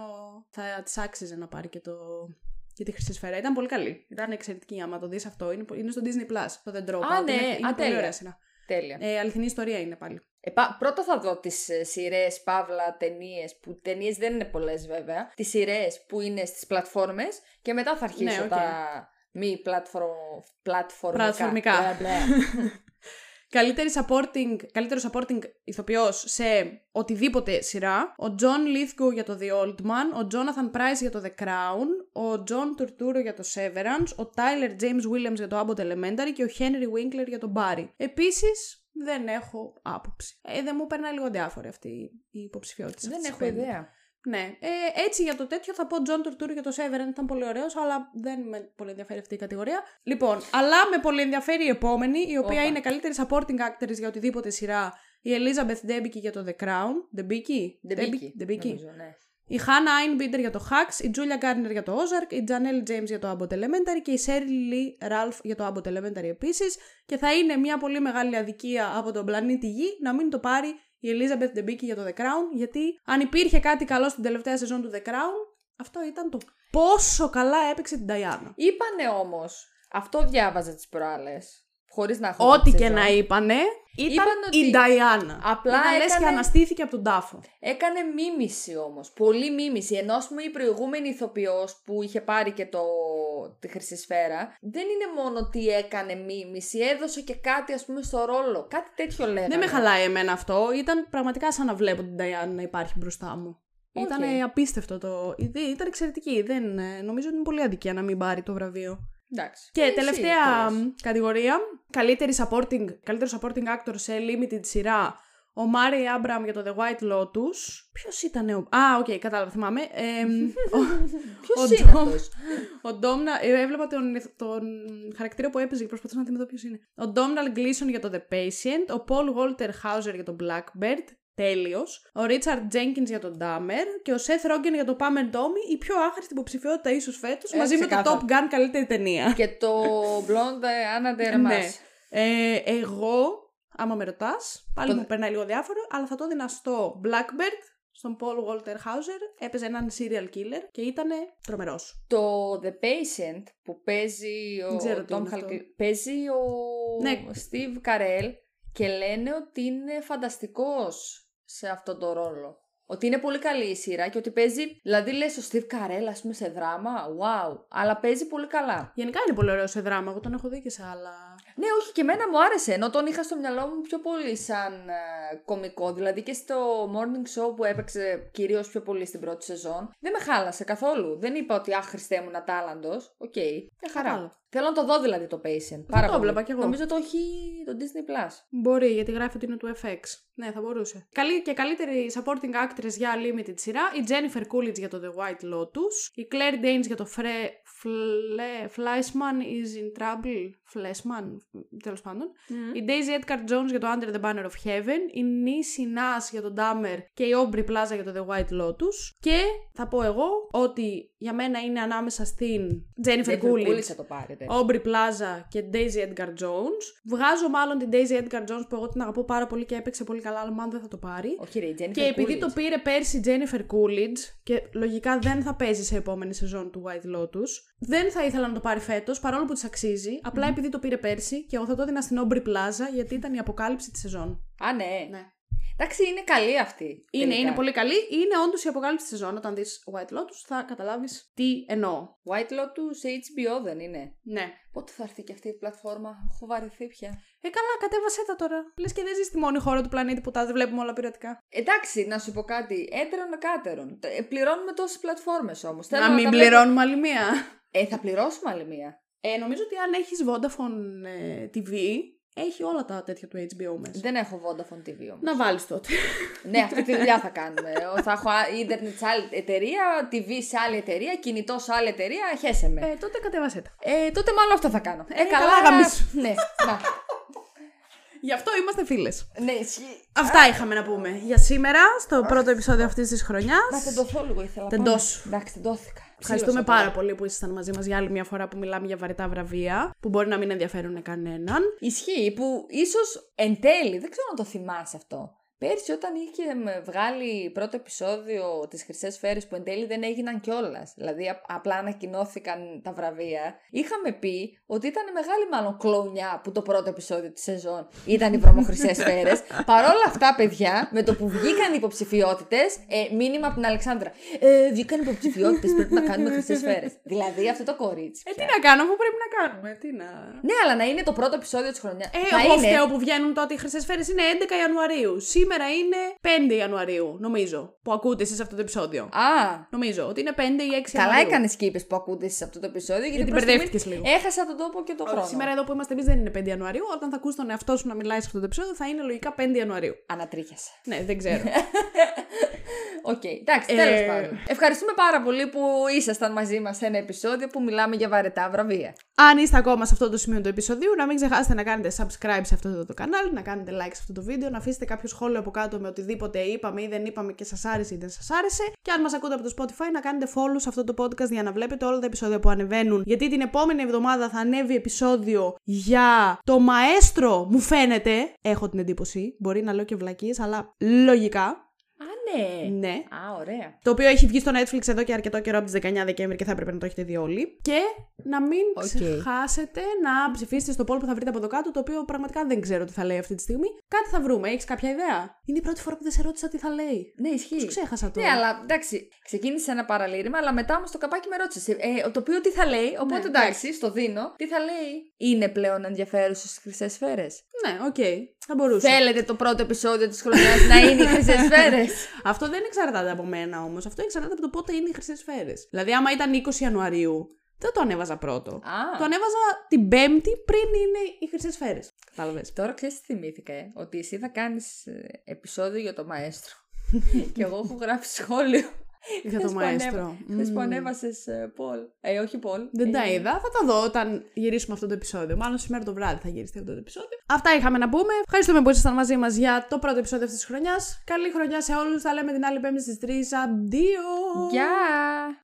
Speaker 1: θα της άξιζε να πάρει και το... Και τη Χρυσή Σφαίρα. Ήταν πολύ καλή. Ήταν εξαιρετική άμα το δεις αυτό. Είναι, είναι στο Disney Plus, το The Dropout.
Speaker 2: ναι.
Speaker 1: είναι, είναι πολύ
Speaker 2: Α, τέλεια.
Speaker 1: ωραία σειρά.
Speaker 2: Τέλεια.
Speaker 1: Ε, αληθινή ιστορία είναι πάλι.
Speaker 2: Ε, πα- πρώτα θα δω τις σειρές, παύλα, ταινίες, που ταινίες δεν είναι πολλές βέβαια. Τις σειρές που είναι στις πλατφόρμες και μετά θα αρχίσω
Speaker 1: Ναι, οκ.
Speaker 2: τα μη πλατφορ... πλατφορμικά.
Speaker 1: <laughs> Πλατφορμικά.
Speaker 2: Μπλε, μπλε.
Speaker 1: Καλύτερη supporting, καλύτερο supporting ηθοποιός σε οτιδήποτε σειρά. Ο John Lithgow για το The Old Man, ο Jonathan Price για το The Crown, ο John Turturro για το Severance, ο Tyler James Williams για το Abbott Elementary και ο Henry Winkler για το Barry. Επίσης, δεν έχω άποψη. Ε, δεν μου περνάει λίγο διάφορη αυτή η υποψηφιότητα.
Speaker 2: Δεν
Speaker 1: αυτής
Speaker 2: έχω
Speaker 1: της πέμπτης.
Speaker 2: ιδέα.
Speaker 1: Ναι. Ε, έτσι για το τέτοιο θα πω John Turturro για το Severin, ήταν πολύ ωραίος, αλλά δεν με πολύ ενδιαφέρει αυτή η κατηγορία. Λοιπόν, αλλά με πολύ ενδιαφέρει η επόμενη, η οποία
Speaker 2: Όπα.
Speaker 1: είναι καλύτερη supporting actress για οτιδήποτε σειρά. Η Elizabeth Debicki για το The Crown. Debicki.
Speaker 2: Ντεμπίκι.
Speaker 1: Debicki.
Speaker 2: νομίζω, ναι.
Speaker 1: Η Hannah Einbinder για το Hacks, η Julia Garner για το Ozark, η Janelle James για το Abbott Elementary και η Shirley Lee Ralph για το Abbott Elementary επίσης. Και θα είναι μια πολύ μεγάλη αδικία από τον πλανήτη Γη να μην το πάρει η Elizabeth Debicki για το The Crown, γιατί αν υπήρχε κάτι καλό στην τελευταία σεζόν του The Crown, αυτό ήταν το πόσο καλά έπαιξε την Diana.
Speaker 2: Είπανε όμως, αυτό διάβαζα τις προάλλες. Χωρίς να έχω. δει
Speaker 1: Ό,τι
Speaker 2: τη
Speaker 1: και
Speaker 2: σεζόν.
Speaker 1: να είπανε, ήταν
Speaker 2: Είπαν ότι
Speaker 1: η Diana.
Speaker 2: απλά
Speaker 1: ήταν λες και
Speaker 2: έκανε-
Speaker 1: αναστήθηκε από τον τάφο.
Speaker 2: Έκανε μίμηση όμως. Πολύ μίμηση. Ενώ ας πούμε η προηγούμενη ηθοποιός που είχε πάρει και το... τη χρυσή σφαίρα, δεν είναι μόνο ότι έκανε μίμηση, έδωσε και κάτι ας πούμε στο ρόλο. Κάτι τέτοιο λέγανε.
Speaker 1: Δεν Ναι, με χαλάει εμένα αυτό. Ήταν πραγματικά σαν να βλέπω την Ταϊάννη να υπάρχει μπροστά μου.
Speaker 2: Οκ.
Speaker 1: Ήταν απίστευτο το. η- δε- Ήταν εξαιρετική. Δεν, ε, νομίζω ότι είναι πολύ αδικία να μην πάρει το βραβείο.
Speaker 2: Εντάξει.
Speaker 1: Και
Speaker 2: Εσύ
Speaker 1: τελευταία
Speaker 2: τώρα.
Speaker 1: μ, κατηγορία. Καλύτερη supporting, καλύτερο supporting actor σε limited σειρά. Ο Μάρι Άμπραμ για το The White Lotus. Ποιος ήταν ο. Α, οκ, κατάλαβα, θυμάμαι. Ε,
Speaker 2: Ποιος
Speaker 1: ο
Speaker 2: είναι
Speaker 1: Ντόμ-
Speaker 2: αυτός?
Speaker 1: ο Ντόμνα, ε, έβλεπα τον, τον χαρακτήρα που έπαιζε και προσπαθούσα να θυμηθώ ποιος είναι. Ο Ντόμναλ Γκλίσον για το The Patient, ο Paul Walter Hauser για το Blackbird, τέλειος. Ο Richard Jenkins για τον Dahmer και ο Seth Rogen για το Pam and Tommy, η πιο άχρηστη υποψηφιότητα ίσως φέτος,
Speaker 2: Ε,
Speaker 1: μαζί με το
Speaker 2: ξεκάθαρα.
Speaker 1: Top Gun καλύτερη ταινία.
Speaker 2: Και το blonde Anna de
Speaker 1: <laughs>
Speaker 2: Armas.
Speaker 1: Ναι. Ε, εγώ, άμα με ρωτάς, πάλι
Speaker 2: Το-
Speaker 1: μου περνάει λίγο διάφορο, αλλά θα το έδινα στο Blackbird, στον Paul Walter Hauser, έπαιζε έναν serial killer και ήταν τρομερός.
Speaker 2: Το The Patient που παίζει ο
Speaker 1: Δεν ξέρω τι
Speaker 2: Tom
Speaker 1: είναι αυτό.
Speaker 2: Halki- παίζει ο
Speaker 1: Ναι.
Speaker 2: Steve Carell και λένε ότι είναι φανταστικός σε αυτό το ρόλο. Ότι είναι πολύ καλή η σειρά και ότι παίζει, δηλαδή λες ο Steve Carell ας πούμε σε δράμα, wow, αλλά παίζει πολύ καλά.
Speaker 1: Γενικά είναι πολύ ωραίο σε δράμα. Εγώ τον έχω δει και σε άλλα.
Speaker 2: Ναι, όχι και εμένα μου άρεσε, ενώ τον είχα στο μυαλό μου πιο πολύ σαν ε, κωμικό, δηλαδή και στο morning show που έπαιξε κυρίως πιο πολύ στην πρώτη σεζόν, δεν με χάλασε καθόλου. Δεν είπα ότι αχ Χριστέ μου να τάλαντος, οκ, μια χαρά.
Speaker 1: Κατάλαβα.
Speaker 2: Θέλω να το δω δηλαδή το Patient. Πάρα
Speaker 1: το
Speaker 2: πολύ.
Speaker 1: έβλεπα κι εγώ.
Speaker 2: Νομίζω το έχει το Disney Plus.
Speaker 1: Μπορεί, γιατί γράφει ότι είναι του FX. Ναι, θα μπορούσε. Καλή και καλύτερη supporting actress για limited σειρά. Η Jennifer Coolidge για το The White Lotus. Η Claire Danes για το Fre... Fle... Fleischman is in trouble. Fleshman, τέλος πάντων. Η Daisy Edgar Jones για το Under the Banner of Heaven. Η Nisi Nas για το Dahmer. Και η Aubrey Plaza για το The White Lotus. Και θα πω εγώ ότι για μένα είναι ανάμεσα στην Jennifer,
Speaker 2: Jennifer Coolidge θα το πάρετε.
Speaker 1: Aubrey Plaza και Daisy Edgar Jones. Βγάζω μάλλον την Daisy Edgar Jones που εγώ την αγαπώ πάρα πολύ και έπαιξε πολύ καλά, αλλά μάλλον δεν θα το πάρει.
Speaker 2: Όχι ρε, η Jennifer
Speaker 1: Και επειδή
Speaker 2: Coolidge.
Speaker 1: το πήρε πέρσι η Jennifer Coolidge και λογικά δεν θα παίζει σε επόμενη σεζόν του White Lotus, δεν θα ήθελα να το πάρει φέτος παρόλο που της αξίζει. απλά επειδή το πήρε πέρσι και εγώ θα το έδινα στην Aubrey Plaza γιατί ήταν η αποκάλυψη της σεζόν.
Speaker 2: Α, ναι.
Speaker 1: Ναι.
Speaker 2: Εντάξει, είναι καλή αυτή.
Speaker 1: Είναι,
Speaker 2: τελικά.
Speaker 1: είναι πολύ καλή. Είναι όντως η αποκάλυψη της σεζόν. Όταν δεις White Lotus θα καταλάβεις τι εννοώ.
Speaker 2: White Lotus HBO δεν είναι.
Speaker 1: Ναι.
Speaker 2: Πότε θα έρθει και αυτή η πλατφόρμα, έχω βαρεθεί πια.
Speaker 1: Ε, καλά, κατέβασέ τα τώρα. Λες και δεν ζεις στη μόνη χώρα του πλανήτη που τα βλέπουμε όλα πειρατικά.
Speaker 2: Εντάξει, να σου πω κάτι. Έτερων κάτερων. Τε- ε, Πληρώνουμε τόσες πλατφόρμες όμως.
Speaker 1: να μην πληρώνουμε άλλη μία.
Speaker 2: Ε, θα πληρώσουμε άλλη μία.
Speaker 1: Ε, νομίζω ότι αν έχεις Vodafone ε, TV, έχει όλα τα τέτοια του HBO μέσα.
Speaker 2: Δεν έχω Vodafone TV όμως.
Speaker 1: Να βάλεις τότε.
Speaker 2: ναι, αυτή τη δουλειά θα κάνουμε. Ο- θα έχω α- ίντερνετ σε άλλη εταιρεία, TV σε άλλη εταιρεία, κινητό σε άλλη εταιρεία. Χέσε με. Ε,
Speaker 1: ε, τότε κατέβασέ τα.
Speaker 2: τότε μάλλον αυτό θα κάνω. Ε,
Speaker 1: καλά, γαμίσου.
Speaker 2: Ναι, να.
Speaker 1: Γι' αυτό είμαστε φίλες.
Speaker 2: ναι, ισχύει.
Speaker 1: Αυτά είχαμε να πούμε για σήμερα, στο πρώτο επεισόδιο αυτής της χρονιάς.
Speaker 2: Να τεντωθώ λίγο ήθελα. πάμε.
Speaker 1: Τεντώσου.
Speaker 2: Εντάξει, τεντώθηκα.
Speaker 1: Ευχαριστούμε
Speaker 2: Ψήλωσα
Speaker 1: πάρα πολύ που ήσασταν μαζί μας για άλλη μια φορά που μιλάμε για βαρετά βραβεία, που μπορεί να μην ενδιαφέρουν κανέναν.
Speaker 2: Ισχύει που ίσως εν τέλει, δεν ξέρω αν το θυμάσαι αυτό. Πέρσι όταν είχε μ, βγάλει πρώτο επεισόδιο τις Χρυσές Σφαίρες που εν τέλει δεν έγιναν κιόλας. δηλαδή απ- απλά ανακοινώθηκαν τα βραβεία, είχαμε πει ότι ήταν μεγάλη μάλλον κλονιά που το πρώτο επεισόδιο της σεζόν ήταν οι βρωμοχρυσές σφαίρες. Παρόλα αυτά παιδιά, με το που βγήκαν οι υποψηφιότητες, ε, μήνυμα από την Αλεξάνδρα, ε, βγήκαν οι υποψηφιότητες, πρέπει να κάνουμε χρυσές σφαίρες. δηλαδή αυτό το κορίτσι.
Speaker 1: Ε, τι
Speaker 2: πια.
Speaker 1: να κάνω, αφού πρέπει να κάνουμε. Τι να.
Speaker 2: Ναι, αλλά να είναι το πρώτο επεισόδιο της χρονιάς.
Speaker 1: Ε,
Speaker 2: να
Speaker 1: εγώ
Speaker 2: είναι.
Speaker 1: φταίω που βγαίνουν τότε. Οι χρυσές σφαίρε είναι 11 Ιανουαρίου. Σήμερα είναι 5 Ιανουαρίου, νομίζω, που ακούτε εσείς αυτό το επεισόδιο.
Speaker 2: Α,
Speaker 1: Νομίζω ότι είναι 5 ή 6
Speaker 2: Καλά
Speaker 1: Ιανουαρίου.
Speaker 2: έκανες και είπες που ακούτε σε αυτό το επεισόδιο. Γιατί,
Speaker 1: Γιατί
Speaker 2: προς τη
Speaker 1: μπερδεύτηκες
Speaker 2: στιγμής
Speaker 1: λίγο.
Speaker 2: Έχασα τον τόπο και τον
Speaker 1: Όχι,
Speaker 2: χρόνο.
Speaker 1: Σήμερα εδώ που είμαστε εμείς δεν είναι 5 Ιανουαρίου. Όταν θα ακούσει τον εαυτό σου να μιλάει σε αυτό το επεισόδιο θα είναι λογικά 5 Ιανουαρίου.
Speaker 2: Ανατρίχιασα.
Speaker 1: Ναι, δεν ξέρω.
Speaker 2: Οκ, εντάξει,
Speaker 1: Ε,
Speaker 2: τέλο πάντων. Ευχαριστούμε πάρα πολύ που ήσασταν μαζί μας σε ένα επεισόδιο που μιλάμε για βαρετά βραβεία.
Speaker 1: Αν είστε ακόμα σε αυτό το σημείο του επεισοδίου, να μην ξεχάσετε να κάνετε subscribe σε αυτό εδώ το κανάλι, να κάνετε like σε αυτό το βίντεο, να αφήσετε κάποιο σχόλιο από κάτω με οτιδήποτε είπαμε ή δεν είπαμε και σας άρεσε ή δεν σας άρεσε. Και αν μας ακούτε από το Spotify, να κάνετε follow σε αυτό το podcast για να βλέπετε όλα τα επεισόδια που ανεβαίνουν. Γιατί την επόμενη εβδομάδα θα ανέβει επεισόδιο για το μαέστρο, μου φαίνεται. Έχω την εντύπωση. Μπορεί να λέω και βλακίες, αλλά λογικά.
Speaker 2: Α, ναι.
Speaker 1: Ναι.
Speaker 2: Α, ωραία.
Speaker 1: Το οποίο έχει βγει στο Netflix εδώ και αρκετό καιρό από τις 19 Δεκέμβρη και θα έπρεπε να το έχετε δει όλοι. Και να μην
Speaker 2: Οκ.
Speaker 1: ξεχάσετε να ψηφίσετε στο poll που θα βρείτε από εδώ κάτω, το οποίο πραγματικά δεν ξέρω τι θα λέει αυτή τη στιγμή. Κάτι θα βρούμε, έχεις κάποια ιδέα. Είναι η πρώτη φορά που δεν σε ρώτησα τι θα λέει.
Speaker 2: Ναι, ισχύει.
Speaker 1: Σου ξέχασα το.
Speaker 2: Ναι, αλλά εντάξει, ξεκίνησε ένα παραλήρημα, αλλά μετά όμως το καπάκι με ρώτησε. Ε, το οποίο τι θα λέει, οπότε
Speaker 1: Ναι,
Speaker 2: εντάξει, στο δίνω. Τι θα λέει, Είναι πλέον ενδιαφέρουσες στι χρυσές σφαίρες.
Speaker 1: Ναι, οκ. Θα μπορούσε.
Speaker 2: Θέλετε το πρώτο επεισόδιο της χρονιάς να είναι οι χρυσές
Speaker 1: <laughs>
Speaker 2: σφαίρες.
Speaker 1: Αυτό δεν εξαρτάται από μένα όμως. Αυτό εξαρτάται από το πότε είναι οι χρυσές σφαίρες. Δηλαδή, άμα ήταν 20 Ιανουαρίου, δεν το ανέβαζα πρώτο.
Speaker 2: Α.
Speaker 1: Το ανέβαζα την Πέμπτη πριν είναι οι χρυσές σφαίρες. Κατάλαβες.
Speaker 2: Τώρα ξέρεις τι θυμήθηκα, ε? ότι εσύ θα κάνεις επεισόδιο για το
Speaker 1: <laughs>
Speaker 2: μαέστρο. και εγώ έχω γράψει σχόλιο.
Speaker 1: Για το μαέστρο.
Speaker 2: Χθε που
Speaker 1: Μμμ.
Speaker 2: ανέβασες Πολ. Ε, όχι Πολ.
Speaker 1: Δεν τα
Speaker 2: Ε,
Speaker 1: είδα. Θα τα δω όταν γυρίσουμε αυτό το επεισόδιο. Μάλλον σήμερα το βράδυ θα γυριστεί αυτό το επεισόδιο. Αυτά είχαμε να πούμε. Ευχαριστούμε που ήσασταν μαζί μας για το πρώτο επεισόδιο αυτής της χρονιάς. Καλή χρονιά σε όλους. Θα λέμε την άλλη Πέμπτη στις 3. Αντίο!
Speaker 2: Γεια!